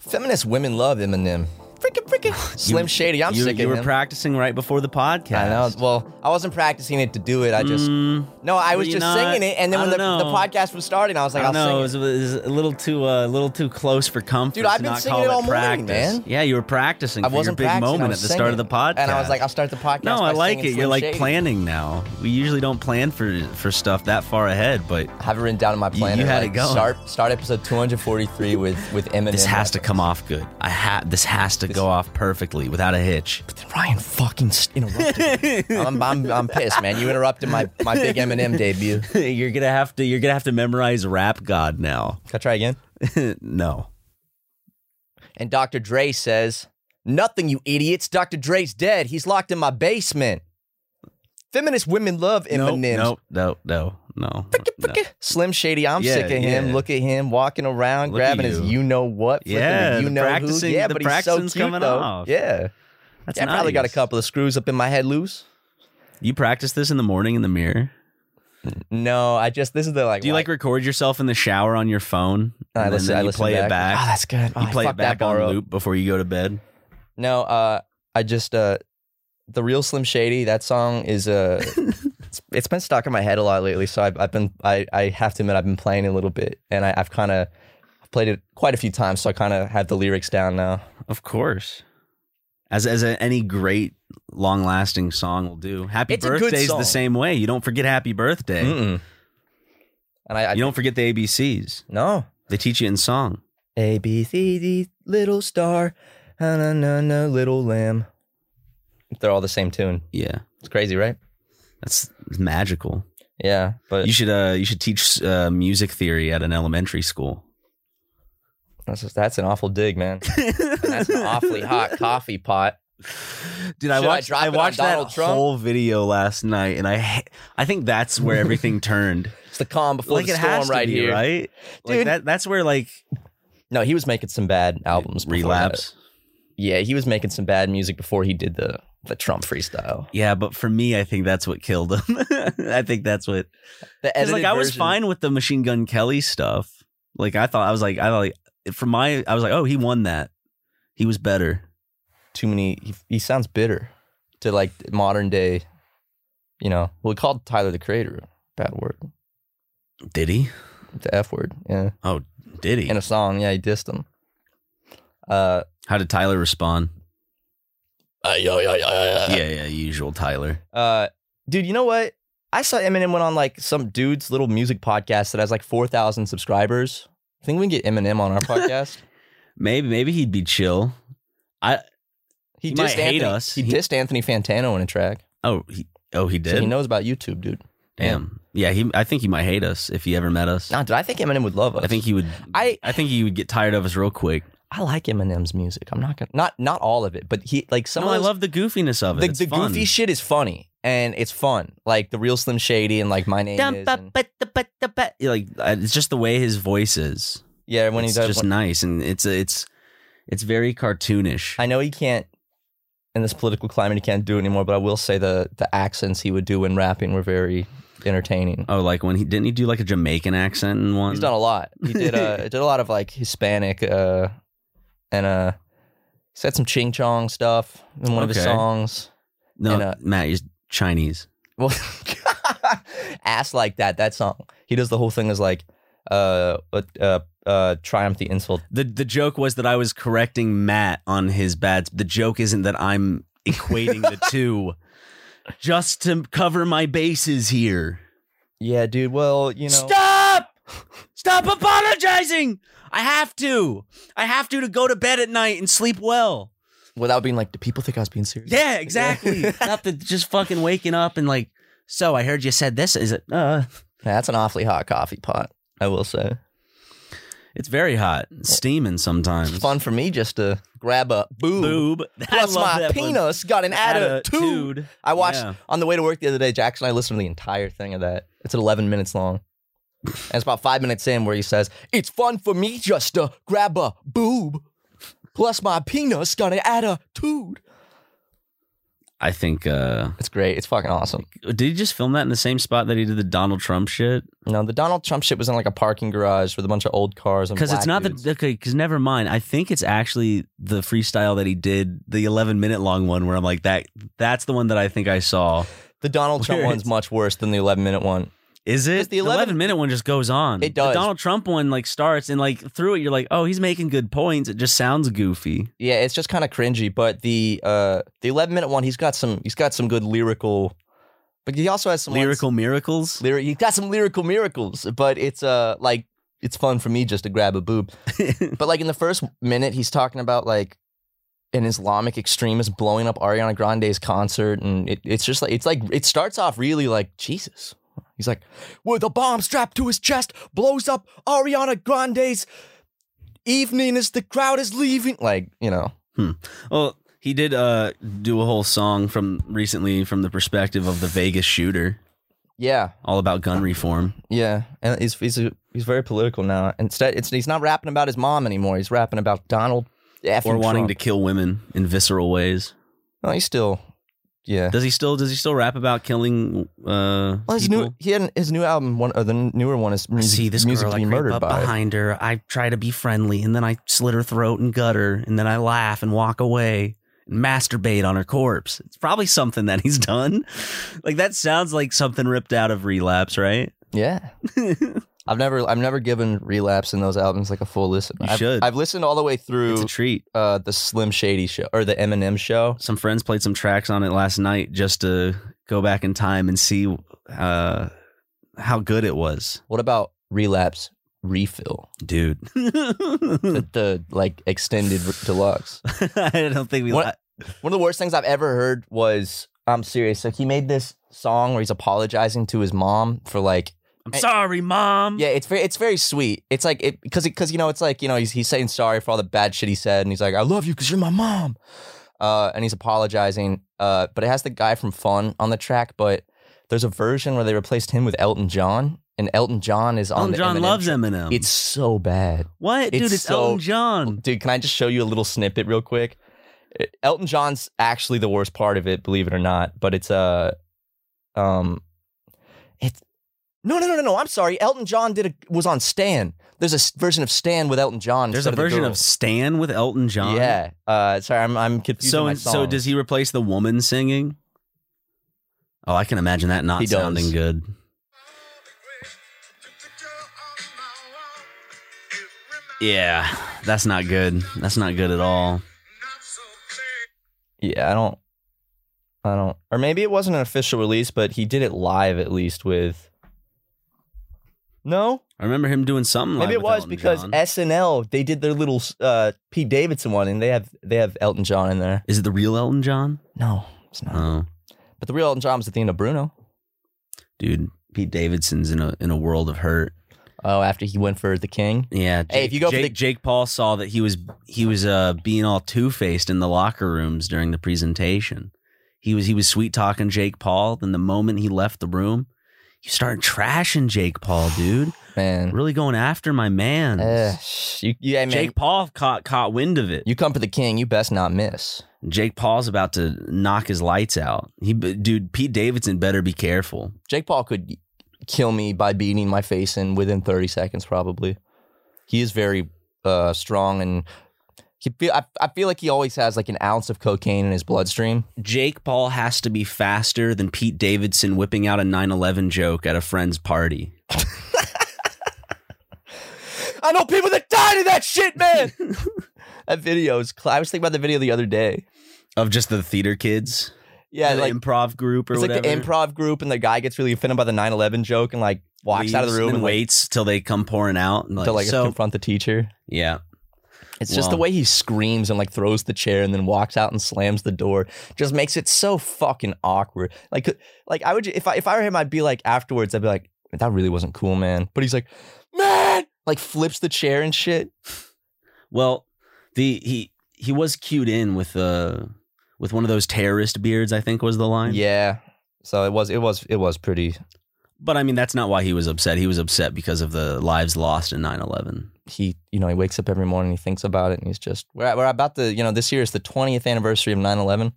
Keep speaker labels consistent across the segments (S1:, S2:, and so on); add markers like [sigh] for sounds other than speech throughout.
S1: Feminist women love Eminem. Freaking, freaking. Slim Shady, I'm
S2: [laughs] you,
S1: sick
S2: you
S1: of
S2: were
S1: him.
S2: practicing right before the podcast.
S1: I know. Well, I wasn't practicing it to do it. I just no. I was
S2: you
S1: just
S2: Mm, not?
S1: singing it, and then
S2: I
S1: when the,
S2: don't
S1: the
S2: know.
S1: podcast was starting, I was like,
S2: I
S1: I'll
S2: don't know. It
S1: sing.
S2: was, it was a little too, uh, a little too close for comfort.
S1: Dude, I've
S2: to
S1: been
S2: not
S1: singing
S2: call
S1: it all
S2: practice.
S1: morning, man.
S2: Yeah, you were practicing.
S1: I
S2: for
S1: wasn't
S2: your big
S1: practicing, I
S2: moment at
S1: was
S2: the start of the
S1: singing.
S2: podcast,
S1: And I was like, I'll start the podcast
S2: No,
S1: by
S2: I like
S1: singing
S2: it. You're
S1: Slim
S2: like
S1: Shady.
S2: planning now. We usually don't plan for for stuff that far ahead, but
S1: I have it written down in my
S2: You-
S1: planner.
S2: you had
S1: like,
S2: it going.
S1: Start, start episode 243 with with Eminem.
S2: this has to come off good. I ha- This has to go off perfectly without a hitch. [laughs]
S1: Ryan fucking s- interrupted. me. I'm, I'm I'm pissed, man. You interrupted my my big Eminem debut. Can
S2: you're gonna have to. You're gonna have to memorize Rap God now. [laughs]
S1: I try again?
S2: no.
S1: And Dr. Dre says, Nothing, you idiots. Dr. Dre's dead. He's locked in my basement. Feminist women love Eminem.
S2: Nope. Nope. No. No. no.
S1: Slim Shady, I'm
S2: Yeah,
S1: sick of him.
S2: yeah.
S1: Look at him walking around,
S2: Look at
S1: grabbing his
S2: you.
S1: you know what, flipping
S2: Yeah,
S1: the you
S2: the
S1: know who.
S2: practicing-
S1: Yeah,
S2: the
S1: but he's so
S2: practicing's
S1: cute
S2: coming
S1: though.
S2: off.
S1: Yeah,
S2: That's
S1: yeah I probably got a
S2: nice.
S1: couple of screws up in my head loose.
S2: You practice this in the morning in the mirror.
S1: No, I just this is the like.
S2: Do you like record yourself in the shower on your phone?
S1: I
S2: and then-
S1: listen-
S2: then
S1: I
S2: you
S1: listen
S2: play
S1: back.
S2: it back.
S1: Oh, that's good. Oh,
S2: you
S1: I
S2: play it
S1: fucked that
S2: back on
S1: bar up.
S2: loop before you go to bed.
S1: No, uh, I just uh, the real Slim Shady. That song is uh, it's, it's been stuck in my head a lot lately. So I've, I've been I, I have to admit I've been playing it a little bit, and I, I've kind of played it quite a few times. So I kind of have the lyrics down now.
S2: Of course. As as a, any great long lasting song will do. Happy
S1: It's a good
S2: birthday's
S1: song. Mm.
S2: the same way. You don't forget happy birthday.
S1: Mm-mm. And I, I
S2: You don't forget the ABCs.
S1: no
S2: They teach you in song.
S1: A B C D little star, na na na na little lamb. They're all the same tune.
S2: Yeah.
S1: It's crazy, right?
S2: That's magical.
S1: Yeah, but
S2: You should uh you should teach uh, music theory at an elementary school.
S1: that's just, that's an awful dig,
S2: [laughs]
S1: man. [laughs] that's an awfully hot coffee pot.
S2: Dude, I
S1: Should I
S2: watched
S1: drop
S2: I,
S1: it on
S2: watched
S1: Donald
S2: that
S1: Trump?
S2: whole video last night and I ha- I think that's where
S1: [laughs]
S2: everything turned.
S1: It's the calm before
S2: like
S1: the
S2: it
S1: storm,
S2: has to
S1: right
S2: be,
S1: here.
S2: right? Like
S1: Dude.
S2: that that's where like
S1: No, he was making some bad albums. before
S2: relapse.
S1: that. Yeah, he was making some bad music before he did the the Trump freestyle.
S2: Yeah, but for me, I think that's what killed him. [laughs] I think that's what.
S1: The
S2: 'cause,
S1: edited
S2: like I was
S1: version-
S2: fine with the Machine Gun Kelly stuff. Like I thought, I was like, I like from my, I was like, oh, he won that. He was better.
S1: Too many. He, he sounds bitter to like modern day. You know, well, we called Tyler the Creator a bad word,
S2: Did he?
S1: the F word. Yeah,
S2: Oh, did he?
S1: in a song. Yeah, he dissed him. Uh,
S2: How did Tyler respond?
S1: ay, ay, ay, ay, ay.
S2: yeah, yeah, usual Tyler.
S1: Uh, dude, you know what? I saw Eminem went on like some dude's little music podcast that has like four thousand subscribers. I think we can get Eminem
S2: [laughs]
S1: on our podcast.
S2: Maybe, maybe he'd be chill. I
S1: He,
S2: He
S1: dissed
S2: might
S1: Anthony-
S2: hate us.
S1: He,
S2: He-
S1: dissed Anthony Fantano in a track.
S2: oh he oh he
S1: So
S2: did.
S1: he knows about YouTube, dude.
S2: Damn. Yeah, he. I think he might hate us if he ever met us.
S1: Nah, dude, I think Eminem would love us.
S2: I think he would.
S1: I-
S2: I think he would get tired of us real quick.
S1: I like Eminem's music. I'm not gonna not not all of it, but he like some
S2: no,
S1: of
S2: I
S1: those-
S2: love the goofiness of it.
S1: the,
S2: It's
S1: the
S2: fun.
S1: goofy shit is funny and it's fun. Like the real Slim Shady and like my name
S2: Dum,
S1: is.
S2: ba,
S1: and-
S2: ba, da, ba, da, ba. like I- it's just the way his voice is.
S1: yeah, when he
S2: it's
S1: does.
S2: just
S1: when-
S2: nice, and it's it's it's very cartoonish.
S1: I know he can't. In this political climate, he can't do it anymore. But I will say the the accents he would do when rapping were very entertaining.
S2: oh, like when he didn't he do like a Jamaican accent in one?
S1: He's done a lot. He did uh
S2: [laughs]
S1: did a lot of like Hispanic uh and uh he's had some Ching Chong stuff in one of his
S2: Okay.
S1: songs.
S2: no,
S1: and, uh,
S2: Matt, he's Chinese.
S1: Well [laughs] ass like that, that song. He does the whole thing as like uh uh uh triumph the insult.
S2: The the joke was that I was correcting Matt on his bad. The joke isn't that I'm
S1: [laughs]
S2: equating the two, just to cover my bases here.
S1: Yeah, dude. Well, you know
S2: Stop! Stop apologizing! I have to. I have to to go to bed at night and sleep well.
S1: without being like, do people think I was being serious? [laughs]
S2: Yeah, exactly. Not the just fucking waking up and like, so I heard you said this. Is it? Uh,
S1: That's an awfully hot coffee pot, I will say.
S2: It's very hot, steaming sometimes.
S1: It's fun for me just to grab a boob.
S2: Boob. [laughs]
S1: Plus, my penis got an attitude. I watched
S2: Yeah.
S1: on the way to work the other day. Jackson and I listened to the entire thing of that. It's 11 minutes long. and it's about five minutes in where he says, It's fun for me just to grab a boob. Plus, my penis got an attitude.
S2: I think. uh
S1: It's great. It's fucking awesome.
S2: Did he just film that in the same spot that he did the Donald Trump shit?
S1: No, the Donald Trump shit was in like a parking garage with a bunch of old cars.
S2: Because it's not the okay. Because never mind. I think it's actually the freestyle that he did, the 11 minute long one, where I'm like that. That's the one that I think I saw.
S1: the Donald Trump
S2: Where
S1: one's
S2: it's-
S1: much worse than the 11 minute one.
S2: Is it
S1: the 11
S2: minute one just goes on?
S1: It does.
S2: The Donald Trump one like starts and like through it, you're like, oh, he's making good points. It just sounds goofy.
S1: Yeah, it's just kind of cringy. But the uh, the 11 minute one, he's got some he's got some good lyrical, but he also has some ones-
S2: Lyrical miracles.
S1: lyric. You got some lyrical miracles, but it's uh like it's fun for me just to grab a boob. But like in the first minute, he's talking about like an Islamic extremist blowing up Ariana Grande's concert, and it, it's just like it's like it starts off really like Jesus. He's like with a bomb strapped to his chest, blows up Ariana Grande's evening as the crowd is leaving. Like you know,
S2: well, he did uh do a whole song from recently from the perspective of the Vegas shooter,
S1: yeah,
S2: all about gun reform.
S1: yeah. And he's he's he's very political now. Instead, it's he's not rapping about his mom anymore. He's rapping about Donald. F.
S2: or wanting
S1: Trump.
S2: to kill women in visceral ways.
S1: No, he's still, yeah.
S2: Does he still does he still rap about killing uh
S1: Well, his
S2: people?
S1: new he had an- his new album one or the newer one is
S2: I
S1: music,
S2: see this
S1: music
S2: girl
S1: to
S2: I
S1: be
S2: creep
S1: murdered
S2: up
S1: by.
S2: behind her. I try to be friendly, and then I slit her throat and gut her, and then I laugh and walk away and masturbate on her corpse. It's probably something that he's [laughs] done. Like that sounds like something ripped out of Relapse, right? [laughs]
S1: Yeah, I've never I've never given relapse in those albums like a full listen.
S2: You
S1: I've,
S2: should.
S1: I've listened all the way
S2: it's a
S1: through
S2: treat.
S1: uh, the Slim Shady show or the Eminem show.
S2: Some friends played some tracks on it last night just to go back in time and see uh, how good it was,
S1: What about relapse refill?
S2: [laughs] dude. Hmm.
S1: The, the like extended re- deluxe.
S2: I don't think we.
S1: What- One of the worst things I've ever heard was I'm serious. Like he made this song where he's apologizing to his mom for like
S2: I'm sorry, mom.
S1: Yeah, it's very it's very sweet. It's like it because because you know it's like you know he's he's saying sorry for all the bad shit he said, and he's like I love you because you're my mom, uh, and he's apologizing. Uh, but it has the guy from Fun on the track, but there's a version where they replaced him with Elton John, and Elton John is on.
S2: Elton
S1: the
S2: John
S1: Eminem
S2: loves
S1: track.
S2: Eminem.
S1: It's so bad,
S2: what, dude?
S1: it's
S2: It's,
S1: so-
S2: Elton John.
S1: dude. Can I just show you a little snippet real quick? It- Elton John's actually the worst part of it, believe it or not. But it's uh, um, it's no, no, no, no, no. I'm sorry. Elton John did a, was on Stan. There's a s- version of Stan with Elton John.
S2: There's
S1: instead
S2: a version
S1: the
S2: of,
S1: girl.
S2: Stan with Elton John.
S1: Yeah. Uh, sorry, I'm I'm confusing
S2: So
S1: my
S2: so
S1: songs.
S2: does he replace the woman singing? Oh, I can imagine that not
S1: He does.
S2: sounding good. Yeah, that's not good. That's not good at all.
S1: Yeah, I don't. I don't. Or maybe it wasn't an official release, but he did it live at least with. No,
S2: I remember him doing something.
S1: Maybe
S2: live
S1: it
S2: with
S1: was
S2: Elton
S1: because
S2: John.
S1: SNL they did their little uh, Pete Davidson one, and they have they have Elton John in there.
S2: is it the real Elton John?
S1: No, it's not.
S2: Oh,
S1: But the real Elton John was Athena Bruno.
S2: dude, Pete Davidson's in a in a world of hurt.
S1: Oh, after he went for the King.
S2: Yeah. Jake,
S1: Hey, if you go for
S2: Jake,
S1: the-
S2: Jake Paul saw that he was he was uh, being all two faced in the locker rooms during the presentation. He was he was sweet talking Jake Paul. Then the moment he left the room, you started trashing Jake Paul, dude.
S1: Man,
S2: Really going after my man.
S1: uh, sh- you, yeah, man.
S2: Jake Paul caught caught wind of it.
S1: you come for the King, you best not miss.
S2: Jake Paul's about to knock his lights out. He, dude, Pete Davidson better be careful.
S1: Jake Paul could kill me by beating my face in within thirty seconds, probably. He is very uh, strong, and he feel, I, I feel like he always has like an ounce of cocaine in his bloodstream.
S2: Jake Paul has to be faster than Pete Davidson whipping out a 9/11 joke at a friend's party.
S1: I know people that died of that shit,
S2: [laughs]
S1: man. that video is. Cl- I was thinking about the video the other day.
S2: of just the theater kids.
S1: Yeah,
S2: the
S1: like
S2: improv group or
S1: it's like
S2: whatever.
S1: the improv group, and the guy gets really offended by the 9-11 joke and like walks out of the
S2: Leaves
S1: room
S2: and,
S1: and, waits
S2: waits till they come pouring out. And like,
S1: to like
S2: so,
S1: confront the teacher.
S2: yeah,
S1: It's just
S2: Wow.
S1: the way he screams and like throws the chair and then walks out and slams the door. Just makes it so fucking awkward. Like, like I would ju- if I if I were him, I'd be like afterwards, I'd be like, that really wasn't cool, man. But he's like, man, like flips the chair and shit.
S2: Well, the he he was cued in with uh with one of those terrorist beards. I think was the line.
S1: Yeah. So it was it was it was pretty.
S2: But I mean, that's not why he was upset. He was upset because of the lives lost in 9-11.
S1: He you know he wakes up every morning he thinks about it and he's just we're we're about to you know this year is the 20th anniversary of 9/11.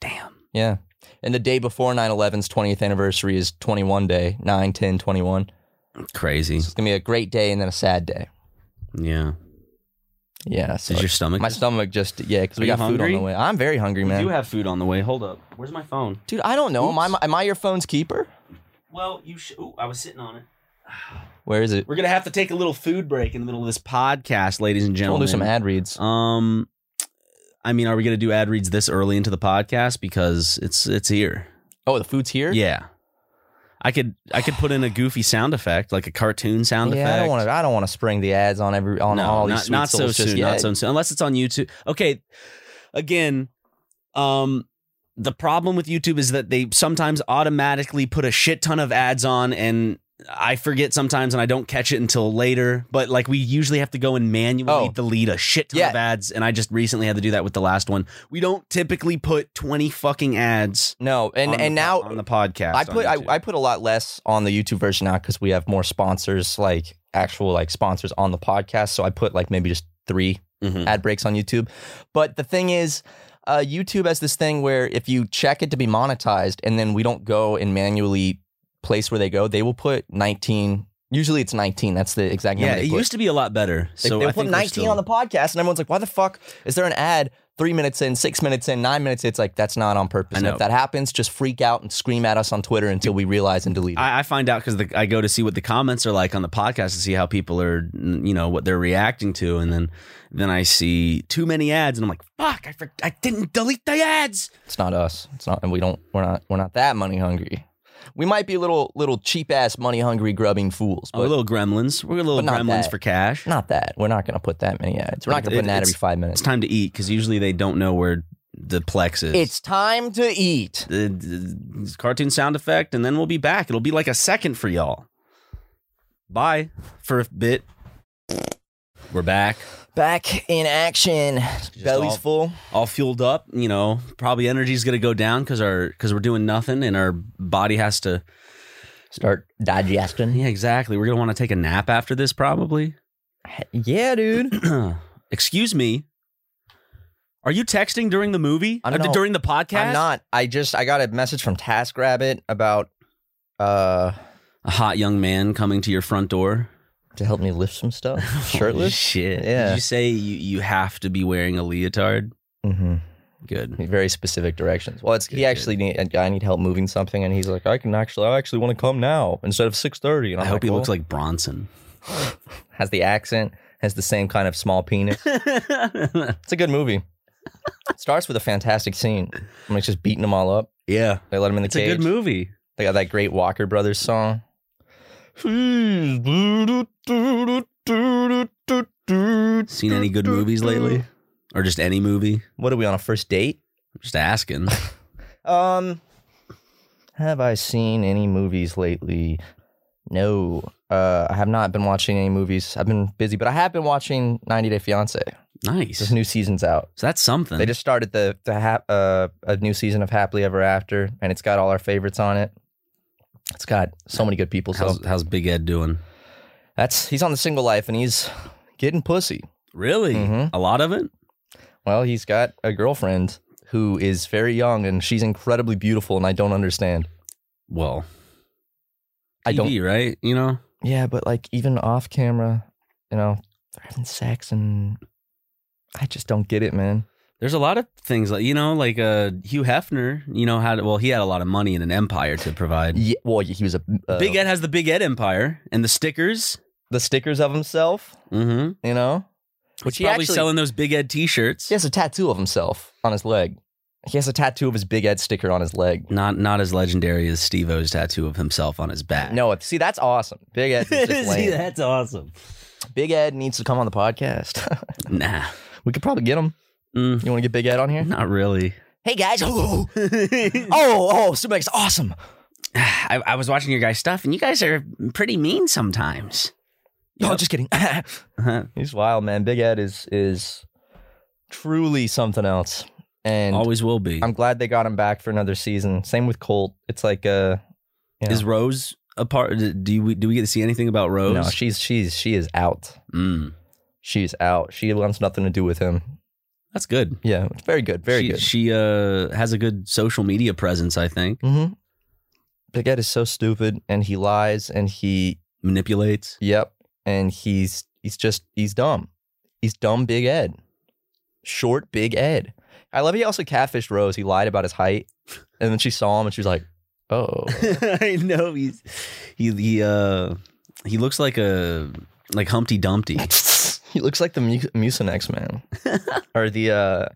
S2: Damn.
S1: Yeah. And the day before 9/11's 20th anniversary is 21 day, 9 10 21. So
S2: Crazy.
S1: it's going to be a great day and then a sad day.
S2: Yeah.
S1: Yeah. So
S2: Is your stomach?
S1: my stomach just yeah, cuz
S2: Are
S1: we
S2: you
S1: got food on
S2: hungry?
S1: the way. I'm very hungry,
S2: We
S1: man.
S2: do have food on the way. Hold up. Where's my phone?
S1: Dude, I don't know. Am I, am I your phone's keeper?
S2: Well, you. Sh- Ooh, I was sitting on it.
S1: Where is it?
S2: We're gonna have to take a little food break in the middle of this podcast, ladies and
S1: We'll
S2: gentlemen.
S1: do some ad reads.
S2: Um, I mean, are we gonna do ad reads this early into the podcast because it's it's here?
S1: Oh, the food's here.
S2: Yeah, I could I could put in a goofy sound effect, like a cartoon sound
S1: yeah,
S2: effect.
S1: I don't want to. I don't want to spring the ads on every on
S2: no,
S1: all these
S2: not,
S1: sweet
S2: not so
S1: souls just
S2: soon,
S1: yet.
S2: not so soon, unless it's on YouTube. Okay, again, um, the problem with YouTube is that they sometimes automatically put a shit ton of ads on and. I forget sometimes and I don't catch it until later, but like we usually have to go and manually
S1: Oh.
S2: delete a shit ton
S1: Yeah.
S2: of ads. And I just recently had to do that with the last one. We don't typically put 20 fucking ads
S1: No, and
S2: on
S1: and
S2: the,
S1: now
S2: on the podcast.
S1: I
S2: on
S1: put I,
S2: YouTube.
S1: I put a lot less on the YouTube version now because we have more sponsors, like actual like sponsors on the podcast. So I put like maybe just three
S2: Mhm.
S1: ad breaks on YouTube. But the thing is, uh, YouTube has this thing where if you check it to be monetized, and then we don't go and manually place where they go, they will put nineteen. Usually it's nineteen. That's the exact number.
S2: yeah,
S1: they
S2: it
S1: put.
S2: used to be a lot better.
S1: They,
S2: So
S1: they
S2: I
S1: put
S2: think we're
S1: 19
S2: still-
S1: on the podcast, and everyone's like, why the fuck is there an ad three minutes in, six minutes in, nine minutes? in?" It's like, that's not on purpose.
S2: I
S1: And
S2: know.
S1: if that happens, just freak out and scream at us on Twitter until we realize and delete it.
S2: I, I find out because I go to see what the comments are like on the podcast to see how people are, you know, what they're reacting to, and then then I see too many ads, and I'm like, fuck, I for, I didn't delete the ads.
S1: it's not us. It's not, and we don't, we're not, we're not that money hungry. We might be little, little cheap ass money hungry grubbing fools,
S2: Oh, we're
S1: but
S2: little gremlins. We're little
S1: but not
S2: gremlins
S1: that.
S2: for cash.
S1: not that. We're not going to put that many ads. We're not going to
S2: It-
S1: put an ad
S2: it's-
S1: every five minutes.
S2: It's time to eat because usually they don't know where the plex is.
S1: It's time to eat.
S2: the, the cartoon sound effect, and then we'll be back. It'll be like a second for y'all. Bye for a bit. We're back.
S1: Back in action. Belly's
S2: all-
S1: full.
S2: all fueled up. You know, probably energy's gonna go down because our because we're doing nothing and our body has to.
S1: Start digesting.
S2: Yeah, exactly. We're gonna want to take a nap after this, probably. [clears throat]
S1: Yeah, dude.
S2: Excuse me. Are you texting during the movie?
S1: I don't
S2: Uh,
S1: know.
S2: During the podcast?
S1: I'm not. I just I got a message from TaskRabbit about uh
S2: A hot young man coming to your front door,
S1: to help me lift some stuff
S2: [laughs] Holy
S1: shirtless.
S2: Shit.
S1: Yeah.
S2: Did you say you you have to be wearing a leotard?
S1: mm-hmm.
S2: Good.
S1: Very specific directions. Well, it's
S2: Good,
S1: he actually need I need help moving something, and he's like, I can actually I actually want to come now instead of six thirty. And
S2: I
S1: I'm
S2: hope
S1: like,
S2: he looks
S1: well, [laughs]
S2: like Bronson.
S1: has the accent, has the same kind of small penis.
S2: yeah.
S1: it's a good movie. It starts with a fantastic scene. I'm like just beating them all up. They let him in the
S2: It's a
S1: cage.
S2: good movie.
S1: They got that great Walker Brothers song. Seen
S2: Seen any good movies lately? Or just any movie?
S1: What are we on a first date?
S2: Just asking.
S1: Um, have I seen any movies lately? No, uh, I have not been watching any movies. I've been busy, but I have been watching 90 Day Fiance.
S2: Nice.
S1: This new season's out.
S2: So that's something.
S1: They just started the the hap, uh, a new season of Happily Ever After, and it's got all our favorites on it. It's got so many good people. So
S2: how's, how's Big Ed doing?
S1: That's he's on the single life and he's getting pussy.
S2: Really?
S1: Mhm.
S2: A lot of it?
S1: Well, he's got a girlfriend who is very young and she's incredibly beautiful and I don't understand.
S2: Well,
S1: I don't.
S2: TV, right? You know,
S1: Yeah, but like even off camera, you know, they're having sex and I just don't get it, man.
S2: there's a lot of things like you know, like uh, Hugh Hefner. You know had well, he had a lot of money and an empire to provide.
S1: Yeah, well, he was a uh,
S2: Big Ed has the Big Ed empire and the stickers.
S1: the stickers of himself,
S2: Mm-hmm.
S1: you know.
S2: Which
S1: he
S2: he's probably
S1: actually-
S2: selling those Big Ed T-shirts.
S1: He has a tattoo of himself on his leg. He has a tattoo of his Big Ed sticker on his leg.
S2: Not not as legendary as Steve O's tattoo of himself on his back. [laughs]
S1: No, see, that's awesome. Big Ed, [laughs] is just lame.
S2: See, that's awesome.
S1: Big Ed needs to come on the podcast. [laughs]
S2: Nah,
S1: we could probably get him.
S2: Mm,
S1: You want to get Big Ed on here?
S2: not
S1: [laughs]
S2: really.
S1: Hey guys! Oh, oh, oh, Supermax, awesome!
S2: [sighs] I, I was watching your guys' stuff, and you guys are pretty mean sometimes.
S1: No, just kidding. [laughs]
S2: Uh-huh.
S1: He's wild, man. Big Ed is is truly something else, and
S2: Always will be.
S1: I'm glad they got him back for another season. Same with Colt. It's like uh, you know,
S2: Is Rose a part? Do we do we get to see anything about Rose?
S1: no, she's she's she is out.
S2: Mm.
S1: She's out. She wants nothing to do with him.
S2: that's good.
S1: Yeah, it's very good, very
S2: she,
S1: good.
S2: She uh, has a good social media presence. I think
S1: mm-hmm. Big Ed is so stupid, and he lies, and he
S2: manipulates.
S1: Yep. And he's he's just he's dumb. He's dumb big Ed. Short big Ed. I love he also catfished Rose. He lied about his height. And then she saw him and she was like, [laughs] Oh.
S2: [laughs] I know he's he he uh he looks like a like Humpty Dumpty.
S1: he looks like the Mu- Mucinex [laughs] man. or the uh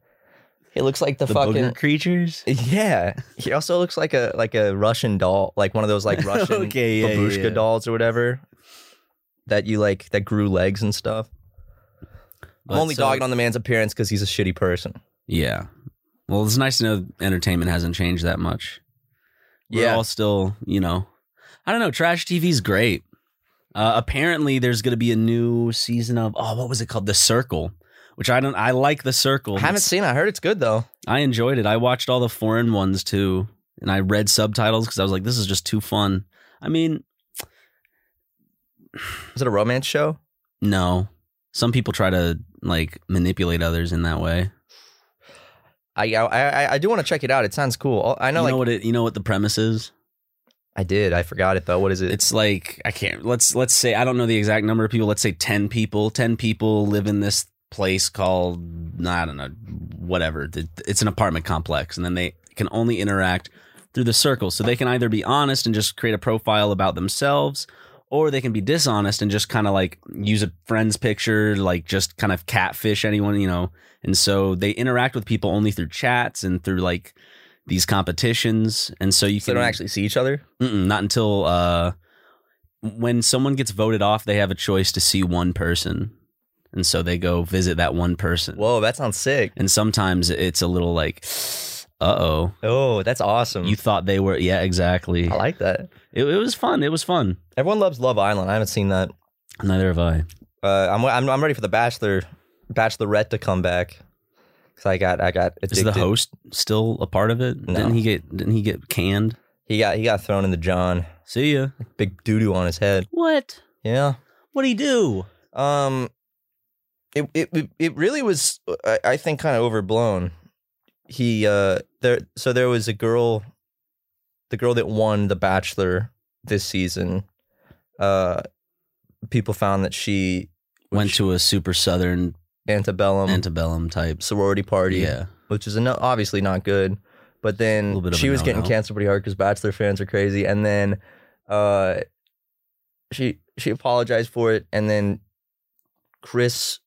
S1: he looks like the,
S2: the
S1: fucking
S2: booger creatures.
S1: Yeah. He also looks like a like a Russian doll, like one of those [laughs] like [laughs] Russian
S2: Okay, yeah, yeah,
S1: babushka
S2: yeah.
S1: dolls or whatever. That you like that grew legs and stuff.
S2: But
S1: I'm only
S2: so-
S1: dogging on the man's appearance because he's a shitty person.
S2: Yeah. Well, it's nice to know entertainment hasn't changed that much. We're all still, you know, I don't know. Trash TV's great. Uh, apparently, there's going to be a new season of oh, what was it called? The Circle, which I don't. I like The Circle.
S1: I haven't
S2: It's-
S1: seen. it. I heard it's good though.
S2: I enjoyed it. I watched all the foreign ones too, and I read subtitles because I was like, this is just too fun. I mean,
S1: Is it a romance show?
S2: no. Some people try to like manipulate others in that way.
S1: I I I, I do want to check it out. It sounds cool. Oh, I
S2: You
S1: know,
S2: know
S1: like
S2: what it? You know what the premise is?
S1: I did. I forgot it though. What is it?
S2: it's like I can't let's let's say I don't know the exact number of people. Let's say ten people. Ten people live in this place called I don't know whatever. Th- It's an apartment complex, and then they can only interact through the circle. So they can either be honest and just create a profile about themselves, or they can be dishonest and just kind of like use a friend's picture, like just kind of catfish anyone you know. And so they interact with people only through chats and through like these competitions. And so you
S1: so
S2: can
S1: they don't actually see each other.
S2: Mm-mm, not until uh, when someone gets voted off, they have a choice to see one person, and so they go visit that one person.
S1: Whoa, that sounds sick.
S2: And sometimes it's a little like, uh oh,
S1: Oh, that's awesome.
S2: you thought they were yeah exactly.
S1: I like that.
S2: It, it was fun. It was fun.
S1: Everyone loves Love Island. I haven't seen that.
S2: Neither have I.
S1: Uh, I'm I'm I'm ready for the Bachelor, Bachelorette to come back. Cause I got I got addicted.
S2: Is the host still a part of it?
S1: No.
S2: Didn't he get Didn't he get canned?
S1: He got he got thrown in the John.
S2: See ya.
S1: Big doo doo on his head.
S2: What?
S1: Yeah.
S2: What would he do?
S1: Um, it it it- it really was, uh, I, I think, kind of overblown. He uh there so there was a girl, the girl that won the Bachelor this season. Uh, people found that she
S2: Went
S1: Which-
S2: to a super southern
S1: antebellum
S2: antebellum type.
S1: sorority party,
S2: Yeah.
S1: which is no, obviously not good. But then
S2: Little bit of
S1: she
S2: a
S1: was getting
S2: no-no.
S1: canceled pretty hard because Bachelor fans are crazy. And then, uh, she she apologized for it. And then Chris,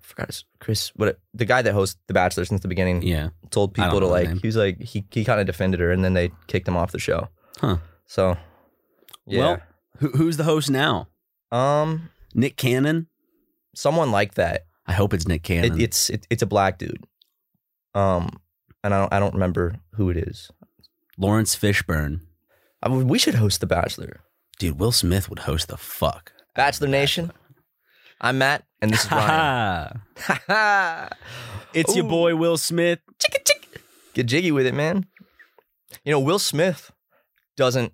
S1: I forgot his, Chris, what the guy that hosts The Bachelor since the beginning
S2: Yeah.
S1: told
S2: I don't
S1: people to
S2: know the
S1: like
S2: name.
S1: he was like he he kind of defended her, and then they kicked him off the show.
S2: Huh.
S1: So, yeah,
S2: Who, who's the host now?
S1: um,
S2: Nick Cannon.
S1: someone like that.
S2: I hope it's Nick Cannon.
S1: It, it's it, it's a black dude. Um, and I don't I don't remember who it is.
S2: Lawrence Fishburne.
S1: I mean, we should host The Bachelor.
S2: Dude, Will Smith would host the fuck.
S1: Bachelor Nation. I'm Matt, and
S2: [laughs]
S1: this is Ryan. [laughs]
S2: it's your
S1: Ooh.
S2: boy Will Smith. Chicka chick.
S1: Get jiggy with it, man. You know, Will Smith doesn't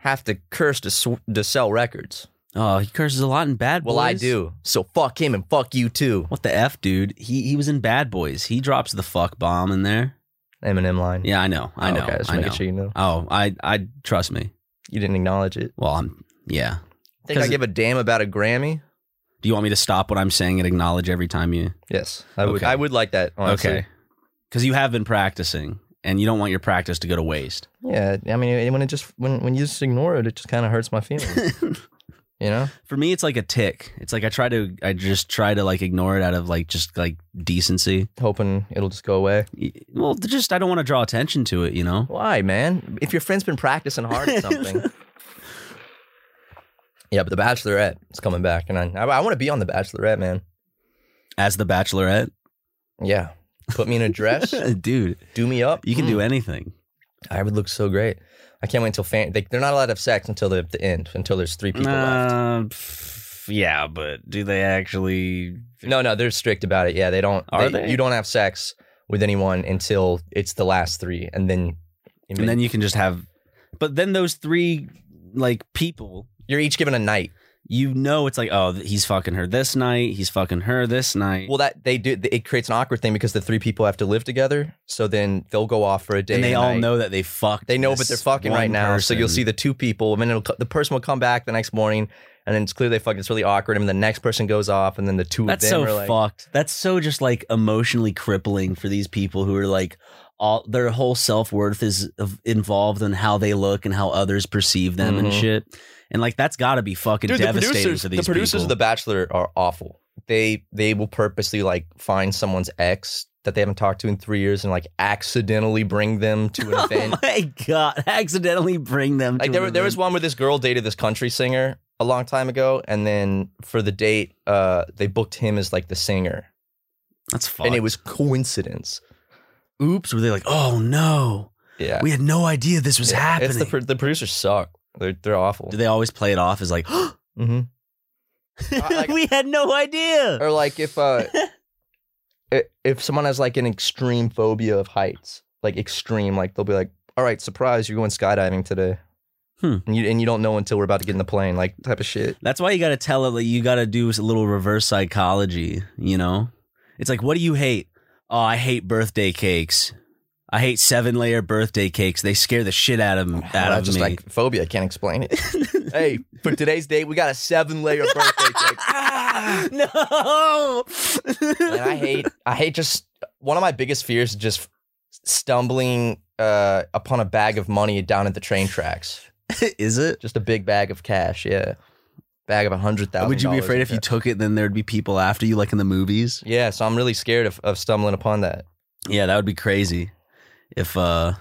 S1: have to curse to, sw- to sell records.
S2: Oh, he curses a lot in Bad Boys.
S1: Well, I do. So fuck him and fuck you too.
S2: What the f, dude? He he was in Bad Boys. He drops the fuck bomb in there.
S1: Eminem line. Oh,
S2: Yeah, I know. I know.
S1: Okay, just
S2: I
S1: making
S2: know.
S1: sure you know.
S2: Oh, I I trust me.
S1: You didn't acknowledge it.
S2: Well, I'm yeah.
S1: Think
S2: 'Cause
S1: I
S2: it-
S1: give a damn about a Grammy?
S2: Do you want me to stop what I'm saying and acknowledge every time you?
S1: Yes, I would.
S2: Okay.
S1: I would like that. Honestly.
S2: Okay. Because you have been practicing, and you don't want your practice to go to waste. [laughs]
S1: Yeah, I mean, when it just when when you just ignore it, it just kind of hurts my feelings.
S2: [laughs]
S1: you know.
S2: for me it's like a tick it's like i try to i just try to like ignore it out of like just like decency
S1: hoping it'll just go away.
S2: Y- well just i don't want to draw attention to it you know
S1: Why, man? If your friend's been practicing hard at something.
S2: [laughs]
S1: yeah, but The Bachelorette is coming back, and I I, I want to be on The Bachelorette, man.
S2: as the bachelorette Uh,
S1: Yeah, put me in a dress,
S2: [laughs] dude
S1: do me up.
S2: you can do
S1: Mm.
S2: anything
S1: I would look so great. I can't wait until fan. They, they're not allowed to have sex until the, the end, until there's three people left.
S2: Uh, pff, stuff. Yeah, but do they actually?
S1: No, no, they're strict about it. Yeah, they don't.
S2: Are they?
S1: You don't have sex with anyone until it's the last three, and then,
S2: And then you can just have. But then those three like people,
S1: you're each given a night.
S2: you know, it's like, oh, he's fucking her this night. He's fucking her this night.
S1: Well, that they do. It creates an awkward thing because the three people have to live together. So then they'll go off for a day,
S2: and they
S1: a
S2: all
S1: night.
S2: know that they fucked.
S1: They know, but
S2: this
S1: they're fucking
S2: one
S1: right now. So you'll
S2: person.
S1: see the two people, and then it'll, co- the person will come back the next morning, and then it's clear they fucking. It's really awkward, and the next person goes off, and then the two
S2: That's
S1: of
S2: so
S1: them are like,
S2: fucked. That's so just like emotionally crippling for these people who are like all their whole self worth is of- involved in how they look and how others perceive them and
S1: Mhm.
S2: shit. And like that's got to be fucking
S1: Dude, the
S2: devastating
S1: producers,
S2: for
S1: the
S2: these
S1: producers
S2: people.
S1: of The Bachelor are awful. They they will purposely like find someone's ex that they haven't talked to in three years and like accidentally bring them to
S2: [laughs]
S1: an event.
S2: oh my god! [laughs] Accidentally bring them.
S1: like
S2: to
S1: there,
S2: an
S1: were- there was
S2: event.
S1: one where this girl dated this country singer a long time ago, and then for the date, uh, they booked him as like the singer,
S2: That's fucked.
S1: and it was coincidence.
S2: oops. Were they like, oh no,
S1: Yeah,
S2: we had no idea this was
S1: Yeah.
S2: happening?
S1: It's the pro- the producers suck. They're they're awful.
S2: Do they always play it off as like, [gasps] [laughs]
S1: hmm like-
S2: we had no idea?
S1: Or like if
S2: [laughs]
S1: uh, i- if someone has like an extreme phobia of heights, like extreme, like they'll be like, "All right, surprise, you're going skydiving today,"
S2: Hmm.
S1: and you and you don't know until we're about to get in the plane, like type of shit.
S2: That's why you got to tell it. Like, you got to do a little reverse psychology. You know, it's like, what do you hate? Oh, I hate birthday cakes. I hate seven layer birthday cakes. They scare the shit out of out
S1: Well,
S2: of
S1: that's just
S2: me.
S1: like [laughs] phobia. I can't explain it. hey, for today's date, we got a seven layer birthday
S2: [laughs]
S1: cake.
S2: Ah, [laughs] no,
S1: And I hate, I hate just one of my biggest fears is just stumbling uh, upon a bag of money down at the train tracks.
S2: [laughs] Is it?
S1: Just a big bag of cash. Yeah. Bag of a hundred thousand.
S2: Would you be
S1: dollars
S2: afraid
S1: like
S2: if you
S1: that.
S2: took it? Then there'd be people after you, like in the movies.
S1: yeah. So I'm really scared of, of stumbling upon
S2: [gasps]
S1: that.
S2: Yeah, that would be crazy. If uh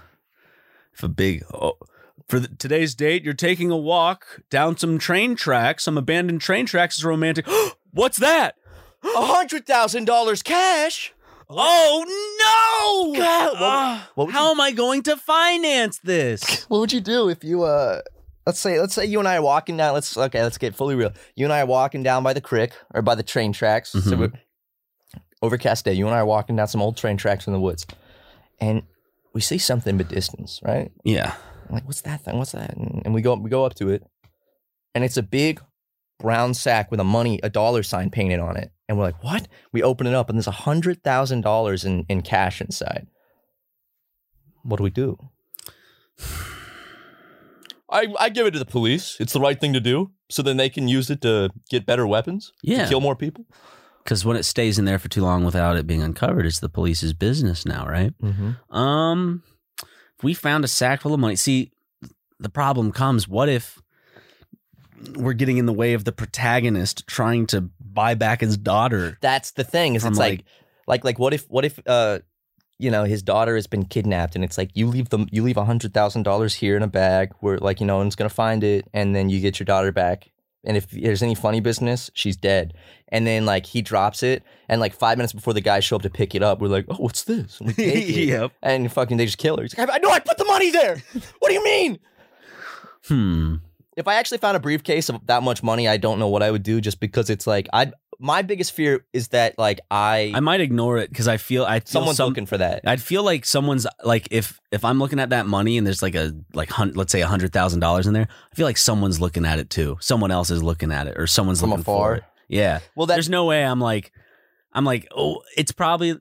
S2: if a big oh, for the, today's date, you're taking a walk down some train tracks, some abandoned train tracks is romantic. [gasps] What's that?
S1: A hundred thousand dollars cash.
S2: Oh no!
S1: God, what-
S2: Ah,
S1: what would
S2: how am I going to finance this?
S1: What would you do if you uh? Let's say, let's say you and I are walking down. Let's okay. Let's get fully real. You and I are walking down by the creek or by the train tracks. So
S2: Mhm.
S1: we're, overcast day. You and I are walking down some old train tracks in the woods, and we see something but distance, right?
S2: yeah.
S1: I'm like, what's that thing? What's that? And, and we go we go up to it, and it's a big brown sack with a money a dollar sign painted on it. And we're like, what? We open it up, and there's a hundred thousand dollars in in cash inside. What do we do? I, I give it to the police. It's the right thing to do. So then they can use it to get better weapons,
S2: Yeah.
S1: more people.
S2: Cause when it stays in there for too long without it being uncovered, it's the police's business now, right?
S1: Mm-hmm.
S2: Um, if we found a sack full of money. See, the problem comes. What if we're getting in the way of the protagonist trying to buy back his daughter?
S1: That's the thing. Is
S2: From,
S1: it's like, like, like, what if, what if, uh, you know, his daughter has been kidnapped, and it's like you leave them, you leave a hundred thousand dollars here in a bag, where like you know, no one's gonna find it, and then you get your daughter back. And if there's any funny business, she's dead. And then like he drops it, and like five minutes before the guys show up to pick it up, we're like, oh, what's this? And we take [laughs] it, And fucking, they just kill her. He's like, I know I put the money there. What do you mean?
S2: Hmm.
S1: if I actually found a briefcase of that much money, I don't know what I would do just because it's like I my biggest fear is that like I,
S2: I might ignore it because I feel I feel
S1: someone's
S2: some-
S1: looking for that.
S2: I'd feel like someone's like if if I'm looking at that money and there's like a like hun- let's say a hundred thousand dollars in there, I feel like someone's looking at it too. Someone else is looking at it, or someone's
S1: From
S2: looking for
S1: afar?
S2: it. Yeah.
S1: Well, that
S2: there's no way I'm like, I'm like, oh, it's probably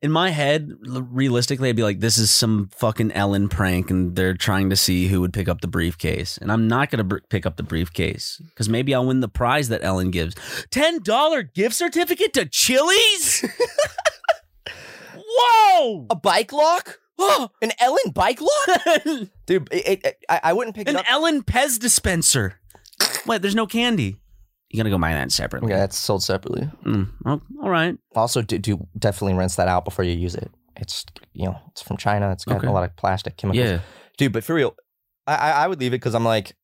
S2: in my head. l- Realistically, I'd be like, this is some fucking Ellen prank, and they're trying to see who would pick up the briefcase, and I'm not gonna br- pick up the briefcase because maybe I'll win the prize that Ellen gives, ten dollar gift certificate to
S1: [laughs]
S2: Chili's. Whoa!
S1: a bike lock, [gasps] an Ellen bike lock,
S2: [laughs] an
S1: dude. It, it, it- I, I wouldn't pick it up.
S2: Ellen Pez dispenser. What? There's no candy. You gotta go buy that separately.
S1: Okay, that's sold separately.
S2: Mm, oh, all right.
S1: Also, do, do definitely rinse that out before you use it. It's you know it's from China. It's got
S2: Okay.
S1: a lot of plastic chemicals.
S2: Yeah.
S1: dude. But for real, I I, I would leave it because I'm like,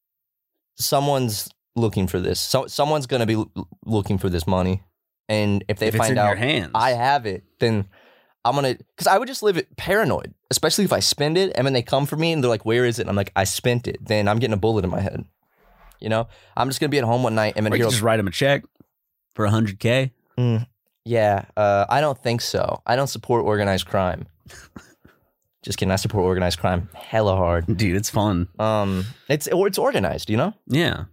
S1: someone's looking for this. So someone's gonna be l- looking for this money, and if they
S2: if it's
S1: find
S2: in
S1: out,
S2: your hands.
S1: I have it, then I'm gonna because I would just live it paranoid, especially if I spend it and then they come for me and they're like, "Where is it?" And I'm like, "I spent it." Then I'm getting a bullet in my head. You know, I'm just gonna be at home one night and
S2: Or you
S1: hear.
S2: could just write him a check for 100K.
S1: Mm, yeah, uh, I don't think so. I don't support organized crime. just kidding. I support organized crime hella hard.
S2: Dude, it's fun.
S1: Um, it's or it's organized. You know,
S2: Yeah.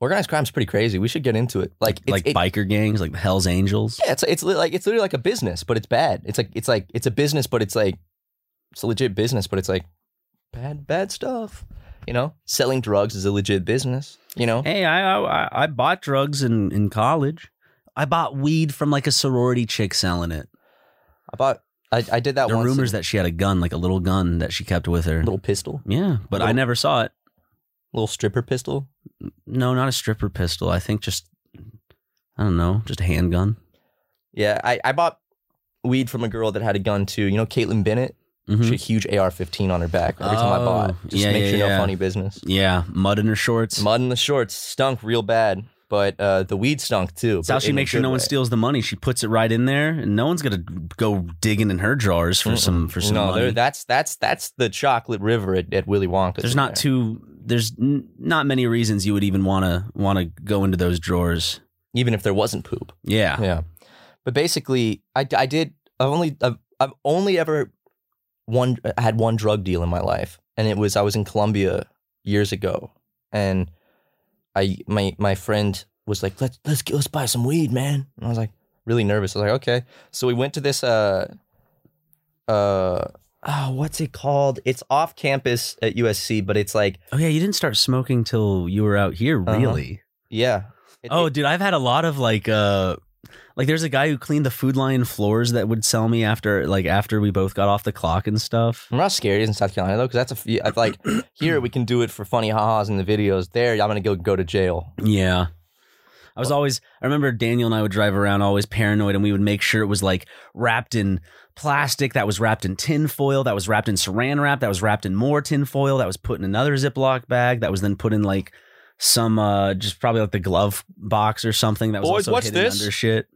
S1: organized crime's pretty crazy. We should get into it. Like, it's,
S2: like
S1: it-
S2: biker gangs, like the Hells Angels.
S1: Yeah, it's it's li- like it's literally like a business, but it's bad. It's like it's like it's a business, but it's like it's a legit business, but it's like bad bad stuff. You know, selling drugs is a legit business. You know,
S2: Hey, I I, I bought drugs in, in college. I bought weed from like a sorority chick selling it.
S1: I bought I, I did that.
S2: There are
S1: once
S2: rumors
S1: in-
S2: that she had a gun, like a little gun that she kept with her.
S1: little pistol,
S2: yeah, but I
S1: little-
S2: never saw it.
S1: little stripper pistol.
S2: No, not a stripper pistol. I think just I don't know, just a handgun.
S1: Yeah, I I bought weed from a girl that had a gun too. You know, Caitlyn Bennett,
S2: Mhm.
S1: she had a huge AR-15 on her back. Every time I
S2: Oh,
S1: bought, just
S2: yeah,
S1: make
S2: yeah,
S1: sure
S2: yeah.
S1: no funny business.
S2: Yeah, mud in her shorts.
S1: Mud in the shorts stunk real bad, but uh, the weed stunk too.
S2: That's how
S1: but
S2: she
S1: in a
S2: makes sure
S1: good
S2: no one
S1: way.
S2: steals the money. She puts it right in there, and no one's gonna go digging in her drawers for
S1: Mm-mm.
S2: some for some
S1: no,
S2: money.
S1: there- that's that's that's the chocolate river at, at Willy Wonka.
S2: there's not too. There's n- not many reasons you would even wanna wanna go into those drawers.
S1: even if there wasn't poop.
S2: Yeah,
S1: Yeah, but basically, I, I did. I've only I've, I've only ever one I had one drug deal in my life, and it was I was in Colombia years ago, and I my my friend was like, let's let's get, let's buy some weed, man. And I was like really nervous. I was like, okay. So we went to this uh uh oh, what's it called? It's off campus at USC, but it's like
S2: Oh yeah, you didn't start smoking till you were out here,
S1: Uh-huh.
S2: really.
S1: yeah. It-
S2: Oh, dude, I've had a lot of like uh like there's a guy who cleaned the food line floors that would sell me after like after we both got off the clock and stuff.
S1: I'm not scared in South Carolina though, because that's a few. I've, Like here, we can do it for funny ha-has in the videos. There, I'm gonna go go to jail.
S2: Yeah. I was always I remember Daniel and I would drive around always paranoid and we would make sure it was like wrapped in plastic, that was wrapped in tin foil, that was wrapped in saran wrap, that was wrapped in more tin foil, that was put in another Ziploc bag, that was then put in like some uh just probably like the glove box or something that was
S1: Boys,
S2: also
S1: what's
S2: hidden
S1: this?
S2: under shit.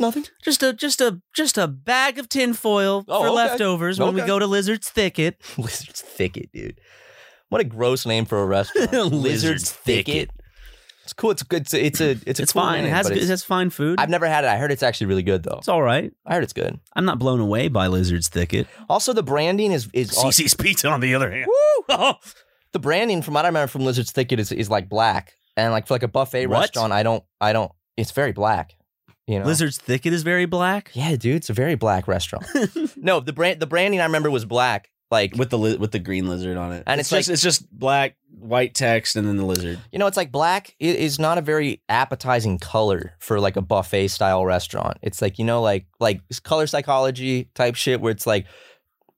S1: Nothing.
S2: Just a just a just a bag of tinfoil
S1: Oh,
S2: for
S1: okay.
S2: leftovers when we
S1: Okay.
S2: go to Lizard's Thicket.
S1: [laughs] Lizard's Thicket, dude. What a gross name for a
S2: [laughs]
S1: restaurant.
S2: Lizard's Thicket.
S1: It's cool. It's good. It's a it's a, it's a
S2: It's
S1: cool
S2: fine. It
S1: name,
S2: has
S1: but
S2: good, it
S1: it's-
S2: has fine food.
S1: I've never had it. I heard it's actually really good though.
S2: it's all right.
S1: I heard it's good.
S2: I'm not blown away by Lizard's Thicket.
S1: Also, the branding is is awesome.
S2: CC's Pizza, on the other hand. [laughs] Oh.
S1: the branding from what I remember from Lizard's Thicket is is like black and like for like a buffet
S2: What?
S1: restaurant. I don't I don't. It's very black. You know.
S2: Lizard's Thicket is very black
S1: Yeah, dude, it's a very black
S2: [laughs]
S1: restaurant. no, the brand the branding I remember was black. Like
S2: the li- with the green lizard on it,
S1: And it's like-
S2: it's just black, white text, and then the lizard.
S1: you know, it's like black i- is not a very appetizing color for like a buffet style restaurant. It's like you know, like like it's color psychology type shit where it's like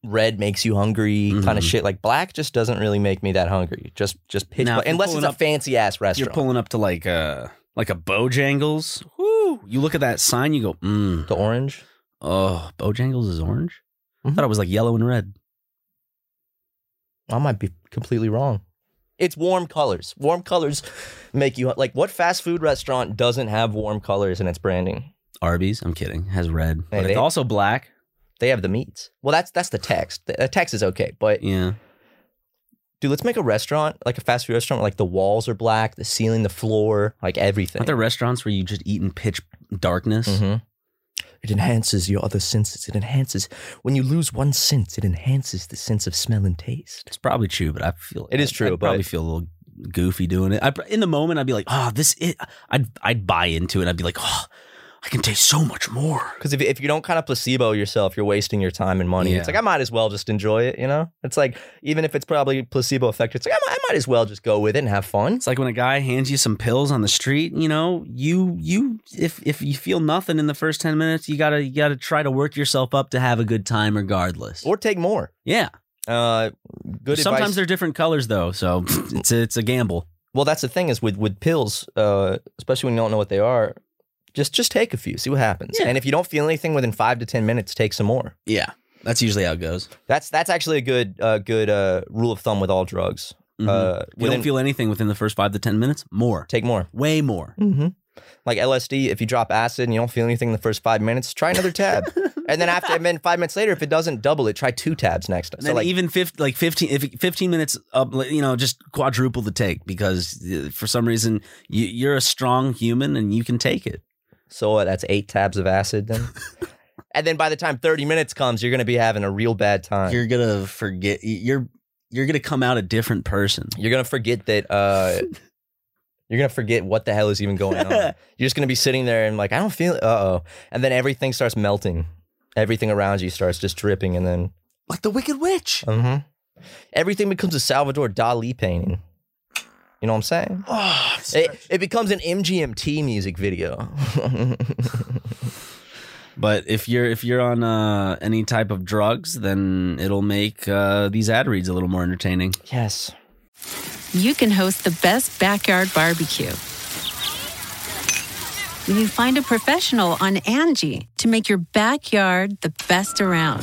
S1: red makes you hungry kind
S2: Mhm.
S1: of shit. Like black just doesn't really make me that hungry. Just just pitch
S2: Now,
S1: black-
S2: if you're
S1: unless it's
S2: pulling
S1: a
S2: up-
S1: fancy ass
S2: You're
S1: restaurant.
S2: pulling up to like a like a Bojangles. Woo! You look at that sign, you go, mm,
S1: the orange.
S2: oh, Bojangles is orange. I
S1: Mhm.
S2: thought it was like yellow and red.
S1: I might be completely wrong. It's warm colors. Warm colors make you like what fast food restaurant doesn't have warm colors in its branding?
S2: Arby's. I'm kidding. Has red, but it's
S1: they-
S2: also black.
S1: They have the meats. Well, that's that's the text. The the text is okay, but
S2: Yeah.
S1: dude, let's make a restaurant like a fast food restaurant. Where, like the walls are black, the ceiling, the floor, like everything.
S2: Aren't there restaurants where you just eat in pitch darkness?
S1: Mhm. It enhances your other senses. It enhances when you lose one sense. It enhances the sense of smell and taste.
S2: It's probably true, but I feel
S1: It is
S2: I'd-
S1: true,
S2: I'd probably
S1: but-
S2: feel a little goofy doing it. I, pr- in the moment, I'd be like, "Oh, this." Is, I'd I'd buy into it. I'd be like, "Oh, I can taste so much more."
S1: Because if, if you don't kind of placebo yourself, you're wasting your time and money. It's
S2: Yeah.
S1: like I might as well just enjoy it. You know, it's like even if it's probably placebo effect, it's like I might, I might as well just go with it and have fun.
S2: It's like when a guy hands you some pills on the street. You know, you you if if you feel nothing in the first ten minutes, you gotta you gotta try to work yourself up to have a good time, regardless.
S1: Or take more.
S2: yeah,
S1: Uh, good
S2: sometimes
S1: advice.
S2: they're different colors though, so [laughs] it's a, it's a gamble.
S1: Well, that's the thing is with with pills, uh, especially when you don't know what they are. Just just take a few, see what happens.
S2: Yeah.
S1: And if you don't feel anything within five to ten minutes, take some more.
S2: Yeah, that's usually how it goes.
S1: That's that's actually a good uh, good uh, rule of thumb with all drugs.
S2: Mhm.
S1: Uh,
S2: If you
S1: within-
S2: don't feel anything within the first five to ten minutes. More,
S1: take more.
S2: way more.
S1: Mm-hmm. Like LSD, if you drop acid and you don't feel anything in the first five minutes, try another
S2: [laughs]
S1: tab. and then after, and then five minutes later, if it doesn't double it, try two tabs next time.
S2: And
S1: So
S2: then
S1: like,
S2: even 15, like 15, if 15 minutes up, like, you know, just quadruple the take because uh, for some reason you, you're a strong human and you can take it.
S1: so what, that's eight tabs of acid
S2: [laughs]
S1: then. and then by the time 30 minutes comes, you're going to be having a real bad time. You're,
S2: You're going to forget. You're, you're going to come out a different person.
S1: going to forget that, uh, you're going to forget what the hell is even going on. you're just going to be sitting there and like, I don't feel, uh oh. And then everything starts melting. Everything around you starts just dripping. And then,
S2: like the Wicked Witch.
S1: hmm everything becomes a Salvador Dali painting. You know what I'm saying?
S2: Oh,
S1: It, it becomes an MGMT music video.
S2: But if you're if you're on uh, any type of drugs, then it'll make uh, these ad reads a little more entertaining.
S1: yes.
S3: you can host the best backyard barbecue. When you find a professional on Angie to make your backyard the best around.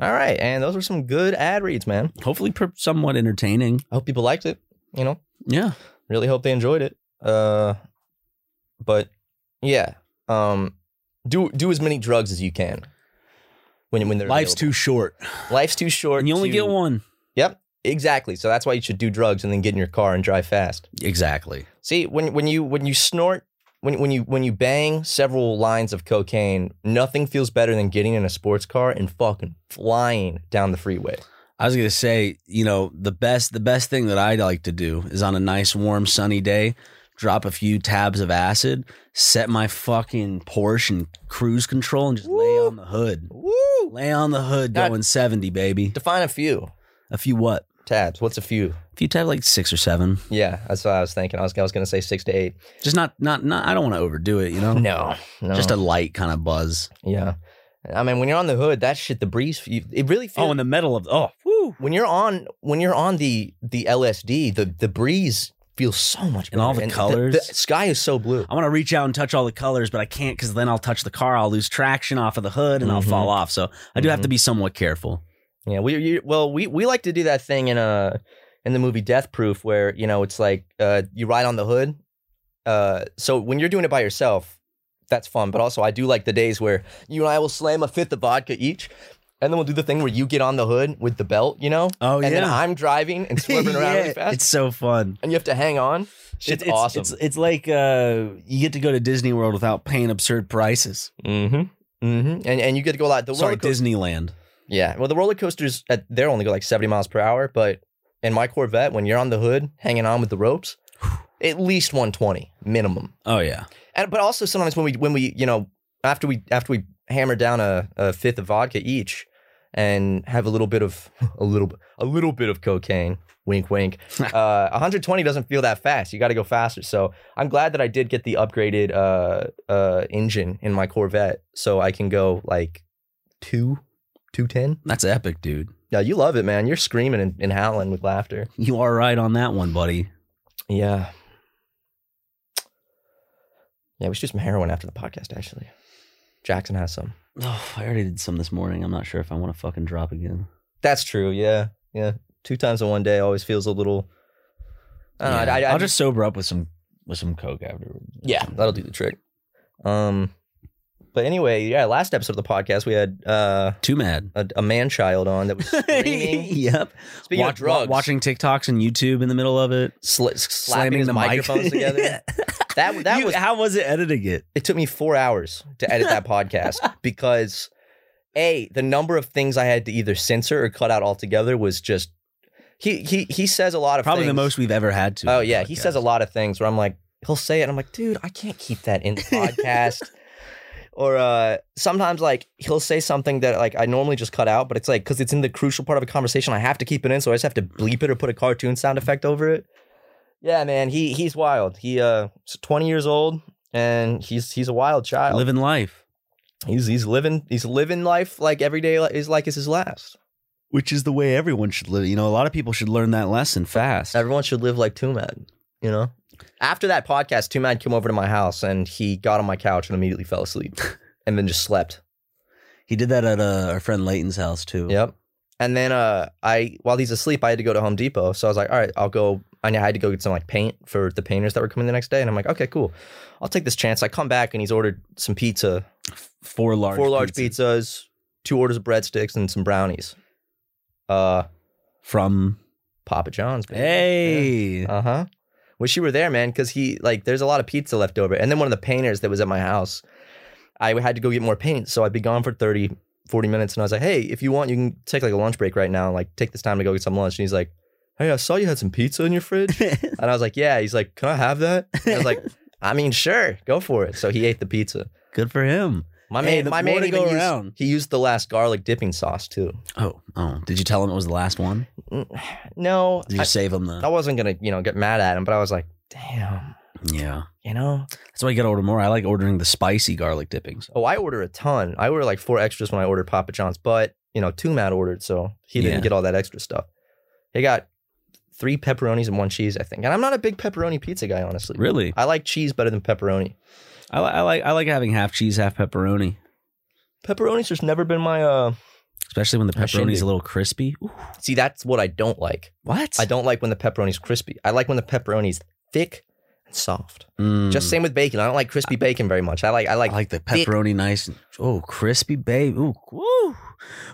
S1: All right. And those were some good ad reads, man.
S2: Hopefully, per- somewhat entertaining.
S1: I hope people liked it. You know,
S2: Yeah,
S1: really hope they enjoyed it. Uh, but yeah, um, do do as many drugs as you can when when they're
S2: life's too
S1: available.
S2: short,
S1: life's too short.
S2: and you only
S1: to-
S2: get one.
S1: Yep, exactly. So that's why you should do drugs and then get in your car and drive fast.
S2: Exactly.
S1: See, when when you when you snort when when you when you bang several lines of cocaine, nothing feels better than getting in a sports car and fucking flying down the freeway.
S2: I was gonna say, you know, the best the best thing that I like to do is on a nice warm sunny day, drop a few tabs of acid, set my fucking Porsche in cruise control, and just lay on the hood.
S1: Woo!
S2: Lay on the hood,
S1: God.
S2: going seventy, baby.
S1: Define a few
S2: A few what?
S1: tabs. What's a few?
S2: A few tabs, like six or seven.
S1: Yeah, that's what I was thinking. I was I was gonna say six to eight.
S2: Just not not not. I don't want to overdo it. You know,
S1: No, no.
S2: just a light kind of buzz.
S1: yeah. I mean, when you're on the hood, that shit, the breeze, you, it really feels.
S2: the middle of oh, woo.
S1: when you're on when you're on the the LSD, the the breeze feels so much better.
S2: And all the
S1: The,
S2: colors.
S1: sky is so blue.
S2: I want to reach out and touch all the colors, but I can't because then I'll touch the car, I'll lose traction off of the hood, and I'll
S1: Mhm.
S2: fall off. So I do have
S1: Mhm.
S2: to be somewhat careful.
S1: Yeah, we you, well we we like to do that thing in uh in the movie Death Proof where you know it's like uh you ride on the hood. Uh, so when you're doing it by yourself, that's fun. But also I do like the days where you and I will slam a fifth of vodka each. And then we'll do the thing where you get on the hood with the belt, you know?
S2: Oh,
S1: And then
S2: yeah.
S1: I'm driving
S2: [laughs]
S1: and swerving around really
S2: Yeah,
S1: fast.
S2: It's so fun.
S1: and you have to hang on. Shit's
S2: It- it's,
S1: awesome.
S2: It's, it's like uh, you get to go to Disney World without paying absurd prices.
S1: mm-hmm. Mm-hmm. And and you get to go a lot. The
S2: Sorry,
S1: roller coaster-
S2: Disneyland.
S1: Yeah. Well, the roller coasters at, they're only go like seventy miles per hour, but in my Corvette, when you're on the hood hanging on with the ropes, at least 120 minimum.
S2: Oh yeah.
S1: And but also sometimes when we when we you know after we after we hammer down a, a fifth of vodka each and have a little bit of [laughs] a little bit- a little bit of cocaine, wink wink. uh, 120 doesn't feel that fast. You got to go faster. So I'm glad that I did get the upgraded uh, uh, engine in my Corvette, so I can go like two. 210?
S2: That's epic, dude.
S1: Yeah, you love it, man. You're screaming and, and howling with laughter.
S2: You are right on that one, buddy. [sighs]
S1: Yeah. Yeah, we should do some heroin after the podcast, actually. Jackson has some.
S2: Oh, I already did some this morning. I'm not sure if I want to fucking drop again.
S1: That's true. Yeah. Yeah. Two times in one day always feels a little. I don't know, I, I,
S4: will just sober up with some with some coke afterwards.
S1: Yeah, that'll do the trick. Um, but anyway, yeah. Last episode of the podcast, we had uh
S2: Too mad.
S1: a, a man child on [laughs] that was screaming,
S2: [laughs] yep.
S1: speaking
S2: Wa-
S1: of drugs,
S2: wa- watching TikToks and YouTube in the middle of it.
S1: sl- slapping his
S2: the mic. [laughs]
S1: microphones [laughs] together. That that
S2: You-
S1: was
S2: how was it editing it?
S1: it took me four hours to edit that podcast because a the number of things I had to either censor or cut out altogether was just he he he says a lot of
S2: Probably the
S1: things-
S2: most we've ever had to.
S1: Oh yeah, he says a lot of things where I'm like he'll say it and I'm like dude I can't keep that in the podcast. Or uh, sometimes like he'll say something that like I normally just cut out, but it's like because it's in the crucial part of a conversation, I have to keep it in, so I just have to bleep it or put a cartoon sound effect over it. Yeah, man, he he's wild. He uh, is 20 years old, and he's he's a wild child
S2: Living life,
S1: he's he's living he's living life like every day li- is like is his last.
S2: which is the way everyone should live. You know, a lot of people should learn that lesson fast.
S1: Everyone should live like Tumad, you know. After that podcast, Tumad came over to my house and he got on my couch and immediately fell
S2: [laughs]
S1: asleep, and then just slept.
S2: He did that at uh, our friend Layton's house too.
S1: Yep. And then uh, I while he's asleep, I had to go to Home Depot, so I was like, all right, I'll go. I had to go get some like paint for the painters that were coming the next day, and I'm like, okay, cool, I'll take this chance. I come back and he's ordered some pizza,
S2: Four large,
S1: four large
S2: pizzas
S1: pizzas, two orders of breadsticks, and some brownies. Uh,
S2: from.
S1: Papa John's. baby. Yeah.
S2: [laughs] Hey,
S1: Uh huh. Wish you were there, man, because he like there's a lot of pizza left over. And then one of the painters that was at my house, I had to go get more paint, so I'd be gone for 30, 40 minutes, and I was like, "Hey, if you want, you can take like a lunch break right now, and like take this time to go get some lunch." And he's like, "Hey, I saw you had some pizza in your
S2: [laughs]
S1: fridge," and I was like, "Yeah." He's like, "Can I have that?" And I was like, "I mean, sure, go for it." So he ate the pizza.
S2: good for him.
S1: My
S2: Hey,
S1: man,
S2: the
S1: my
S2: more
S1: man
S2: to
S1: even
S2: go
S1: used,
S2: around.
S1: he used the last garlic dipping sauce too.
S2: Oh, oh! Did you tell him it was the last one?
S1: No,
S2: Did you
S1: I,
S2: save him
S1: I
S2: the?
S1: wasn't gonna you know get mad at him, but I was like, "Damn,
S2: Yeah,
S1: you know."
S2: that's why you got to order more. I like ordering the spicy garlic dippings.
S1: Oh, I order a ton. I order like four extras when I ordered Papa John's, but you know, two Matt ordered, so he didn't
S2: Yeah.
S1: get all that extra stuff. He got three pepperonis and one cheese, I think. And I'm not a big pepperoni pizza guy, honestly.
S2: Really,
S1: I like cheese better than pepperoni.
S2: I, li- I like I like having half cheese, half pepperoni,
S1: Pepperoni's just never been my uh
S2: especially when the
S1: I shouldn't
S2: pepperoni's
S1: do.
S2: a little crispy. Ooh,
S1: See, that's what I don't like.
S2: what?
S1: I don't like when the pepperoni's crispy. I like when the pepperoni's thick and soft.
S2: Mm.
S1: Just same with bacon. I don't like crispy bacon very much. I like I like,
S2: I like the
S1: thick-
S2: pepperoni, nice and oh, crispy, babe. Ooh, woo,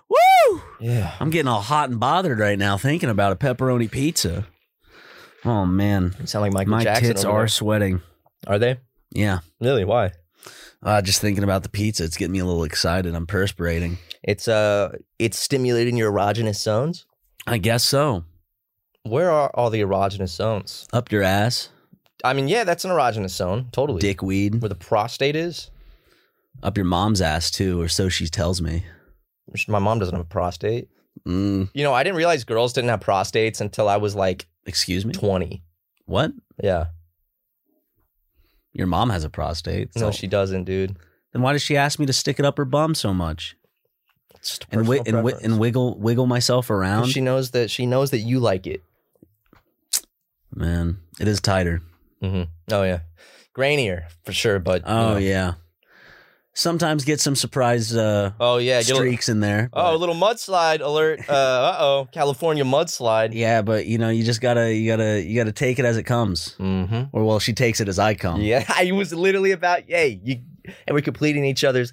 S2: woo!
S1: Yeah.
S2: I'm getting all hot and bothered right now thinking about a pepperoni pizza. Oh man,
S1: You sound like Michael
S2: my
S1: Jackson.
S2: tits
S1: over
S2: are sweating.
S1: there. are they?
S2: Yeah,
S1: Really? Why?
S2: uh, just thinking about the pizza, it's getting me a little excited. I'm perspirating.
S1: It's uh it's stimulating your erogenous zones.
S2: I guess so.
S1: Where are all the erogenous zones?
S2: Up your ass,
S1: I mean, yeah, that's an erogenous zone, totally.
S2: dickweed.
S1: Where the prostate is.
S2: Up your mom's ass too, or so she tells me.
S1: Which My mom doesn't have a prostate.
S2: Mm,
S1: You know, I didn't realize girls didn't have prostates until I was like
S2: excuse me.
S1: 20.
S2: What?
S1: Yeah.
S2: Your mom has a prostate.
S1: no,
S2: so-
S1: she doesn't, dude.
S2: Then why does she ask me to stick it up her bum so much
S1: It's just
S2: and wi-
S1: personal
S2: and, wi-
S1: preference.
S2: and wiggle wiggle myself
S1: 'Cause
S2: around?
S1: she knows that she knows that you like it.
S2: Man, it is tighter.
S1: hmm Oh yeah, grainier for sure. But you
S2: Oh
S1: know.
S2: yeah. Sometimes get some surprise uh,
S1: oh yeah, get a-
S2: streaks in there.
S1: oh a little mudslide
S2: [laughs]
S1: alert. Uh oh, California mudslide.
S2: yeah, but you know you just gotta you gotta you gotta take it as it comes.
S1: Mm-hmm.
S2: Or well, she takes it as I come.
S1: Yeah, [laughs] I was literally about yay. You and we're completing each other's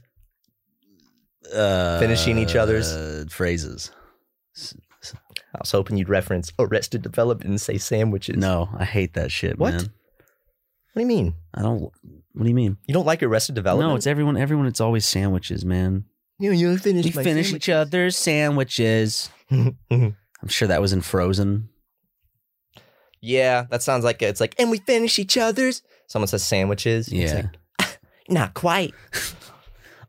S2: Uh,
S1: Finishing each other's-
S2: uh, phrases.
S1: I was hoping you'd reference Arrested Development and say sandwiches.
S2: No, I hate that shit,
S1: What?
S2: man.
S1: What do you mean?
S2: I don't. What do you mean?
S1: You don't like Arrested Development?
S2: No, it's everyone. Everyone. It's always sandwiches, man.
S1: you. You finish.
S2: we finish each other's sandwiches.
S1: other.
S2: I'm sure that was in Frozen.
S1: [laughs] yeah, that sounds like it's like, and we finish each other's. Someone says sandwiches. It's
S2: Yeah.
S1: like, not quite.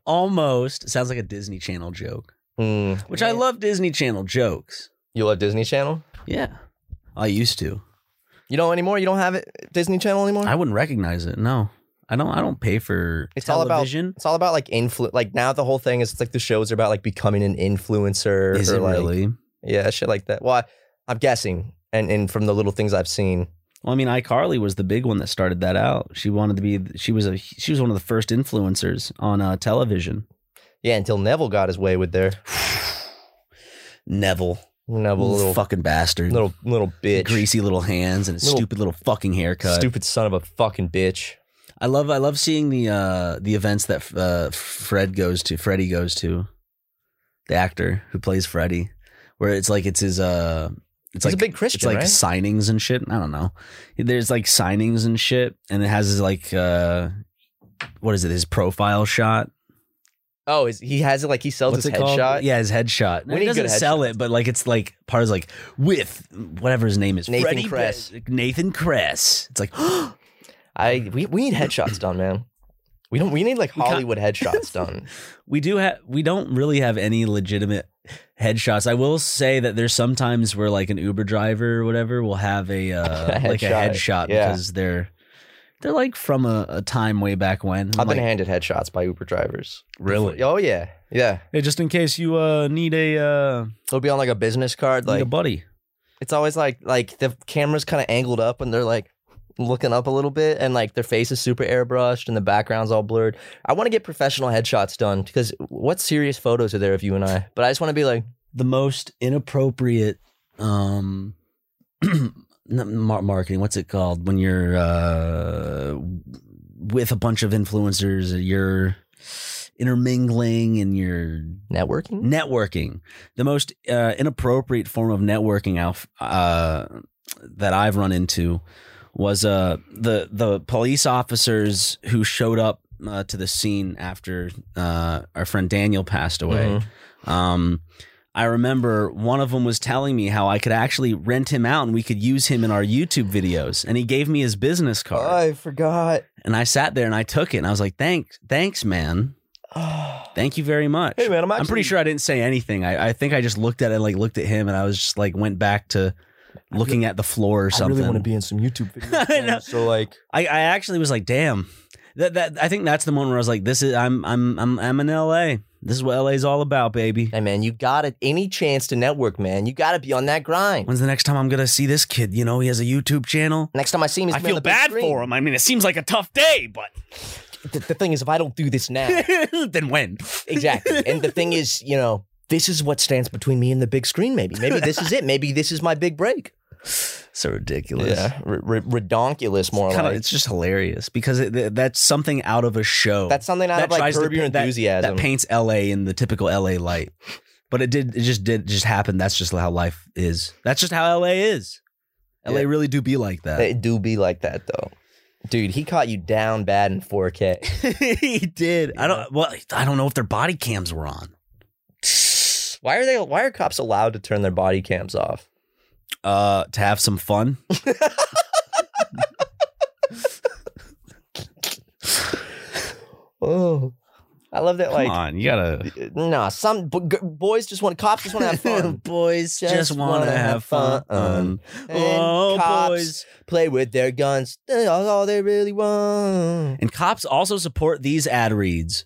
S2: Almost sounds like a Disney Channel joke,
S1: Mm.
S2: which I love Disney Channel jokes.
S1: You love Disney Channel?
S2: Yeah. I used to.
S1: You don't anymore? You don't have it Disney Channel anymore?
S2: I wouldn't recognize it. No. I don't I don't pay for
S1: it's all about
S2: television.
S1: it's all about like influ like now the whole thing is it's like the shows are about like becoming an influencer
S2: Is
S1: or
S2: it
S1: like
S2: really?
S1: yeah shit like that. Well, I, I'm guessing and and from the little things I've seen,
S2: Well, I mean, iCarly was the big one that started that out. She wanted to be. She was a. She was one of the first influencers on uh, television.
S1: yeah. Until Neville got his way with their
S2: Neville,
S1: Neville little
S2: fucking bastard,
S1: little little bitch,
S2: greasy little hands and a
S1: Little-
S2: stupid little fucking haircut.
S1: stupid son of a fucking bitch.
S2: I love. I love seeing the uh, the events that uh, Fred goes to. Freddie goes to. The actor who plays Freddie, where it's like it's his. Uh, it's
S1: He's
S2: like
S1: a big Christian, right?
S2: It's like signings and shit. I don't know. There's like signings and shit, and it has his like uh, what is it? His profile shot.
S1: Oh, is, he has it like he sells
S2: What's
S1: his
S2: it called?
S1: headshot.
S2: Yeah, his headshot.
S1: We
S2: No, he
S1: need good
S2: doesn't sell
S1: headshots.
S2: it, but like it's like part is like with whatever his name is.
S1: Nathan
S2: Freddie
S1: Kress.
S2: Pe- Nathan Kress. It's like [gasps]
S1: I we, we need headshots done, man. We don't. We need like
S2: can't-
S1: Hollywood headshots
S2: [laughs]
S1: done.
S2: we do have we don't really have any legitimate headshots. I will say that there's sometimes where like an Uber driver or whatever will have a, uh,
S1: [laughs] A
S2: like a
S1: headshot,
S2: headshot
S1: yeah.
S2: because they're they're like from a, a time way back when. I'm
S1: I've been
S2: like,
S1: handed headshots by Uber drivers.
S2: Really?
S1: Oh yeah, yeah.
S2: hey, just in case you uh, need a uh,
S1: It'll be on like a business card.
S2: need
S1: Like
S2: a buddy.
S1: it's always like like the camera's kind of angled up and they're like looking up a little bit and like their face is super airbrushed and the background's all blurred. I want to get professional headshots done because what serious photos are there of you and I? But I just want to be like,
S2: the most inappropriate um [clears throat] not mar- marketing what's it called when you're uh with a bunch of influencers you're intermingling and you're
S1: networking.
S2: networking the most uh, inappropriate form of networking Alf, uh, that i've run into was uh, the the police officers who showed up uh, to the scene after uh, our friend daniel passed away
S1: Mhm.
S2: um, I remember one of them was telling me how I could actually rent him out and we could use him in our YouTube videos. And he gave me his business card.
S1: I forgot.
S2: And I sat there and I took it and I was like, thanks, thanks, man.
S1: [sighs]
S2: Thank you very much.
S1: Hey, man, I'm
S2: I'm
S1: actually-
S2: pretty sure I didn't say anything. I, I think I just looked at it, like looked at him, and I was just like went back to looking at the floor or something.
S1: in some YouTube [laughs]
S2: videos, I man. know.
S1: So like,
S2: I, I actually was like, damn. That, that I think that's the moment where I was like, this is I'm I'm I'm I'm in LA. This is what LA is all about, baby.
S1: hey man, you got it. Any chance to network, man? You got to be on that grind.
S2: When's the next time I'm gonna see this kid? You know, he has a YouTube channel.
S1: Next time I see him, he's
S2: I
S1: gonna be
S2: feel
S1: on the big
S2: bad
S1: screen.
S2: for him. I mean, it seems like a tough day, but [laughs]
S1: The, the thing is, if I don't do this now,
S2: then when?
S1: exactly. And the thing is, you know, this is what stands between me and the big screen. Maybe, maybe this is it. Maybe this is my big break.
S2: So ridiculous.
S1: Yeah, r- r- redonkulous, more
S2: Kinda,
S1: like.
S2: it's just hilarious because it, th- that's something out of a show.
S1: That's something out
S2: that
S1: of like
S2: tries to
S1: Curb Your
S2: paint- that-
S1: Enthusiasm.
S2: That, paints LA in the typical LA light. But it did. It just did. It just happened. That's just how life is. That's just how LA is. LA
S1: Yeah.
S2: really do be like that.
S1: They do be like that though, dude. He caught you down bad in
S2: [laughs]
S1: 4K.
S2: [laughs] he did. I don't. Well, I don't know if their body cams were on.
S1: Why are they? Why are cops allowed to turn their body cams off?
S2: Uh, to have some fun.
S1: Oh, I love that. [laughs] Like,
S2: on, you gotta.
S1: no, nah, some b- g- boys just want cops just want to [laughs] have fun.
S2: [laughs] boys
S1: just wanna have fun. And
S2: Oh,
S1: cops
S2: boys.
S1: play with their guns. That's all they really want.
S2: And cops also support these ad reads.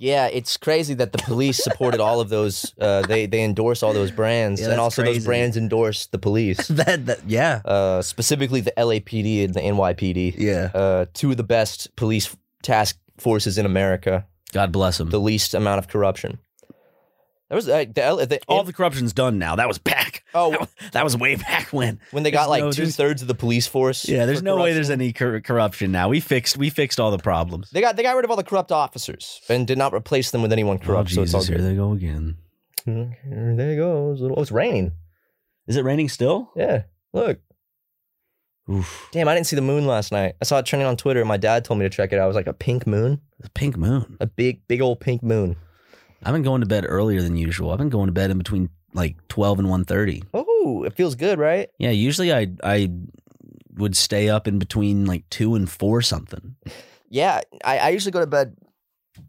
S1: Yeah, it's crazy that the police supported all of those. Uh, they they endorse all those brands,
S2: Yeah,
S1: and
S2: that's
S1: also
S2: crazy.
S1: those brands endorse the police.
S2: [laughs] that, that yeah,
S1: uh, specifically the LAPD and the NYPD.
S2: Yeah,
S1: uh, two of the best police task forces in America.
S2: God bless them.
S1: The least amount of corruption. There was uh, the, L- the
S2: all the corruption's done now. That was back.
S1: Oh,
S2: [laughs] that was way back when.
S1: When they
S2: There's
S1: got like
S2: no-
S1: two
S2: there's-
S1: thirds of the police force.
S2: Yeah, there's
S1: for
S2: no way
S1: corruption.
S2: there's any cor- corruption now. We fixed we fixed all the problems.
S1: They got they got rid of all the corrupt officers and did not replace them with anyone corrupt. so it's all
S2: Oh, here
S1: good. Mm-hmm.
S2: they go again.
S1: Here they go. It's a little- Oh, it's raining.
S2: Is it raining still?
S1: Yeah. Look.
S2: Oof.
S1: Damn, I didn't see the moon last night. I saw it trending on Twitter. and My dad told me to check it out. I was like, a pink moon,
S2: The pink moon.
S1: a big, big old pink moon.
S2: I've been going to bed earlier than usual. I've been going to bed in between like twelve and one thirty.
S1: Oh, it feels good, right?
S2: Yeah, usually I I would stay up in between like two and four something.
S1: Yeah, I, I usually go to bed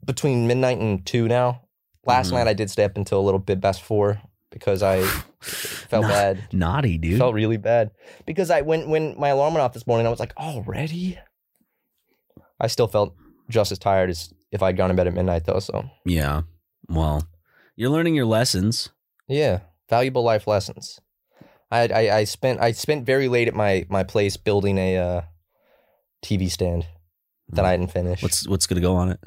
S1: between midnight and two now. Last
S2: Mhm.
S1: night I did stay up until a little bit past four because I felt
S2: Nah.
S1: bad.
S2: Naughty dude.
S1: Felt really bad because I when when my alarm went off this morning, I was like, already. I still felt just as tired as if I'd gone to bed at midnight though. So
S2: yeah. Well, you're learning your lessons.
S1: yeah, valuable life lessons. I I, I spent I spent very late at my my place building a uh, TV stand that I didn't finish.
S2: Mm. What's what's gonna go on it?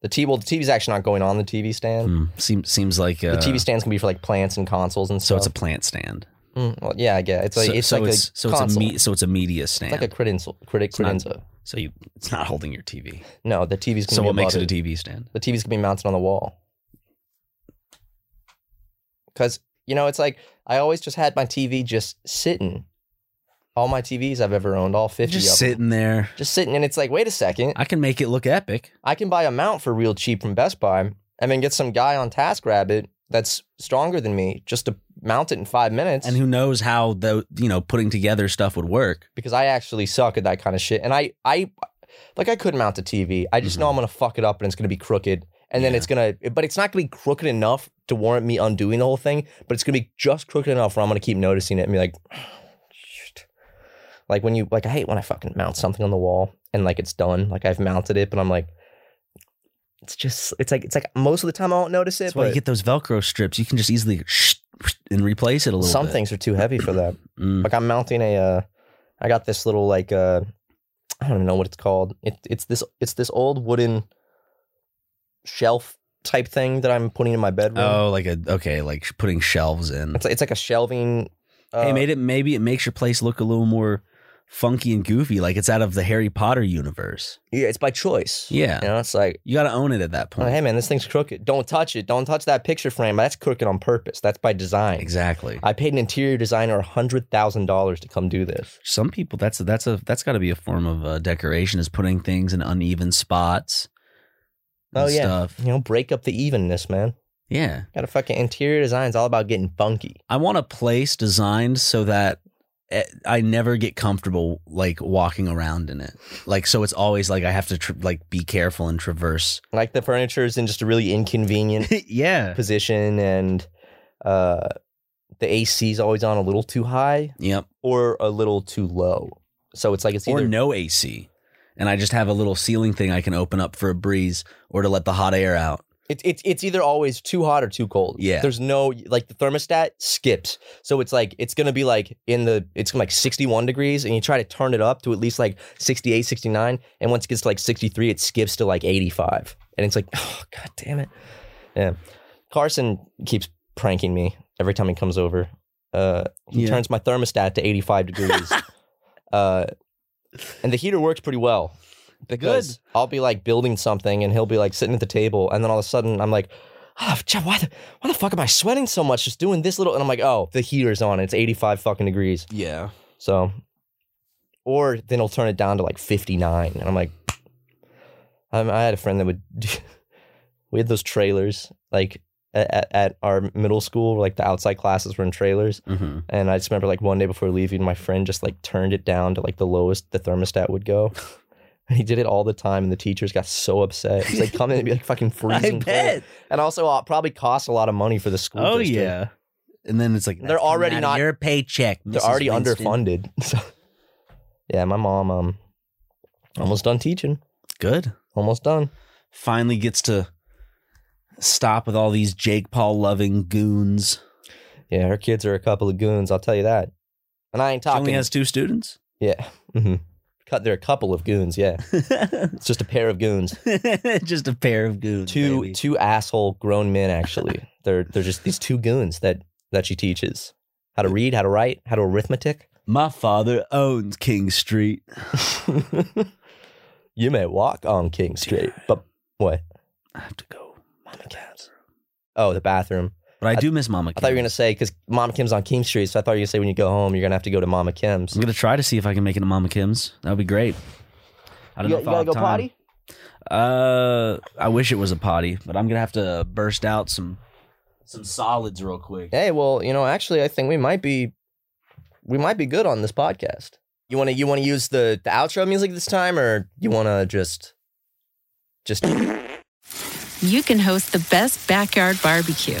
S1: the TV? Well, the TV's actually not going on the TV stand.
S2: Hmm. Seems seems like uh,
S1: The TV stands can be for like plants and consoles and
S2: So
S1: stuff.
S2: it's a plant stand.
S1: a well, yeah, I get it. it's like
S2: so,
S1: it's
S2: so
S1: like
S2: it's
S1: a
S2: so it's a
S1: console.
S2: me, so it's a media stand.
S1: it's like a credenza. Credit
S2: It's not-
S1: credenza.
S2: so you it's not holding your TV.
S1: No, the TV's gonna
S2: So
S1: be
S2: what makes
S1: above
S2: it a TV stand?
S1: the TV's gonna be mounted on the wall. Cause you know, it's like I always just had my TV just sitting. All my TVs I've ever owned, all fifty
S2: Just
S1: of them,
S2: sitting there.
S1: just sitting, and it's like, wait a second, I,
S2: I can make it look epic.
S1: can buy a mount for real cheap from Best Buy, and then get some guy on TaskRabbit that's stronger than me just to mount it in five minutes.
S2: And who knows how the you know putting together stuff would work?
S1: because I actually suck at that kind of shit, and I, I, like I couldn't mount a TV. I just know
S2: Mhm.
S1: I'm gonna fuck it up, and it's gonna be crooked. And then
S2: Yeah.
S1: it's gonna, but it's not gonna be crooked enough to warrant me undoing the whole thing. But it's gonna be just crooked enough where I'm gonna keep noticing it and be like, shit. like when you, like I hate when I fucking mount something on the wall and like it's done, like I've mounted it, but I'm like, it's just, it's like, it's like most of the time I won't notice it.
S2: That's why you
S1: but
S2: get those Velcro strips. You can just easily and replace it a little.
S1: some
S2: bit.
S1: things are too heavy for that.
S2: Mm.
S1: Like I'm mounting a, uh, I got this little like uh, I don't even know what it's called. It, it's this it's this old wooden shelf type thing that I'm putting in my bedroom.
S2: Oh, like a okay, like putting shelves in.
S1: It's it's like a shelving. Uh,
S2: hey, made it maybe it makes your place look a little more funky and goofy, like it's out of the Harry Potter universe.
S1: yeah, it's by choice.
S2: Yeah,
S1: you know, it's like.
S2: you got to own it at that
S1: oh,
S2: point.
S1: hey man, this thing's crooked. Don't touch it. Don't touch that picture frame. That's crooked on purpose. That's by design.
S2: exactly.
S1: I paid an interior designer hundred thousand dollars to come do this.
S2: Some people that's that's a that's got to be a form of uh, decoration is putting things in uneven spots. and
S1: Oh yeah,
S2: stuff.
S1: you know, break up the evenness, man.
S2: yeah.
S1: Got a fucking interior design's all about getting funky.
S2: I want a place designed so that eh, I never get comfortable like walking around in it. Like so, it's always like I have to tr like be careful and
S1: [laughs]
S2: traverse.
S1: Like the furniture's in just a really inconvenient
S2: yeah.
S1: position and uh the AC's always on a little too high
S2: Yep.
S1: or a little too low. So it's like it's
S2: or
S1: either
S2: no AC, and I just have a little ceiling thing I can open up for a breeze or to let the hot air out.
S1: it's it's it's either always too hot or too cold.
S2: Yeah.
S1: There's no like the thermostat skips. So it's like it's going to be like in the it's like 61 degrees and you try to turn it up to at least like 68, 69 and once it gets to like 63 it skips to like 85. And it's like oh god damn it. Yeah. Carson keeps pranking me every time he comes over. Uh he
S2: Yeah.
S1: turns my thermostat to 85 degrees. uh and the heater works pretty well because I'll be like building something and he'll be like sitting at the table and then all of a sudden I'm like, oh, Jeff, why the why the fuck am I sweating so much just doing this little and I'm like, oh, the heater's on. It's 85 fucking degrees.
S2: Yeah.
S1: So or then he'll turn it down to like 59 and I'm like Um, I had a friend that would. [laughs] Do, we had those trailers like at, at our middle school. Like the outside classes were in trailers,
S2: Mm-hmm.
S1: and I just remember like one day before leaving, my friend just like turned it down to like the lowest the thermostat would go. [laughs] And he did it all the time, and the teachers got so upset. He's like, come in and be like
S2: [laughs]
S1: fucking freezing cold,
S2: bet.
S1: and also uh, probably cost a lot of money for the school.
S2: Oh
S1: district.
S2: yeah. And then it's like
S1: They're
S2: "That's coming
S1: already
S2: out of
S1: not-
S2: your paycheck.
S1: they're
S2: Mrs.
S1: already
S2: Winston."
S1: underfunded. [laughs] So, yeah, my mom um almost done teaching.
S2: Good.
S1: Almost done.
S2: Finally gets to stop with all these Jake Paul loving goons.
S1: Yeah, her kids are a couple of goons. I'll tell you that. And I ain't
S2: She
S1: talking.
S2: only has two students.
S1: yeah. [laughs] hmm Cut. They're a couple of goons. Yeah, it's just a pair of goons.
S2: [laughs] Just a pair of goons.
S1: Two
S2: baby.
S1: two asshole grown men. Actually, they're they're just these two goons that that she teaches how to read, how to write, how to arithmetic.
S2: My father owns King Street.
S1: you may walk on King Street, but what?
S2: I have to go. Mama Kim's.
S1: Oh, the bathroom.
S2: But I,
S1: I-
S2: do miss Mama Kim.
S1: I thought you were gonna say because Mama Kim's on King Street, so I thought you were gonna say when you go home, you're gonna have to go to Mama Kim's.
S2: I'm gonna try to see if I can make it to Mama Kim's. That would be great. I don't know
S1: you,
S2: if
S1: you
S2: I'll
S1: gotta
S2: have
S1: go
S2: time.
S1: potty.
S2: Uh, I wish it was a potty, but I'm gonna have to burst out some some solids real quick.
S1: Hey, well, you know, actually, I think we might be we might be good on this podcast. You wanna you wanna use the the outro music this time, or you wanna just just
S3: you can host the best backyard barbecue.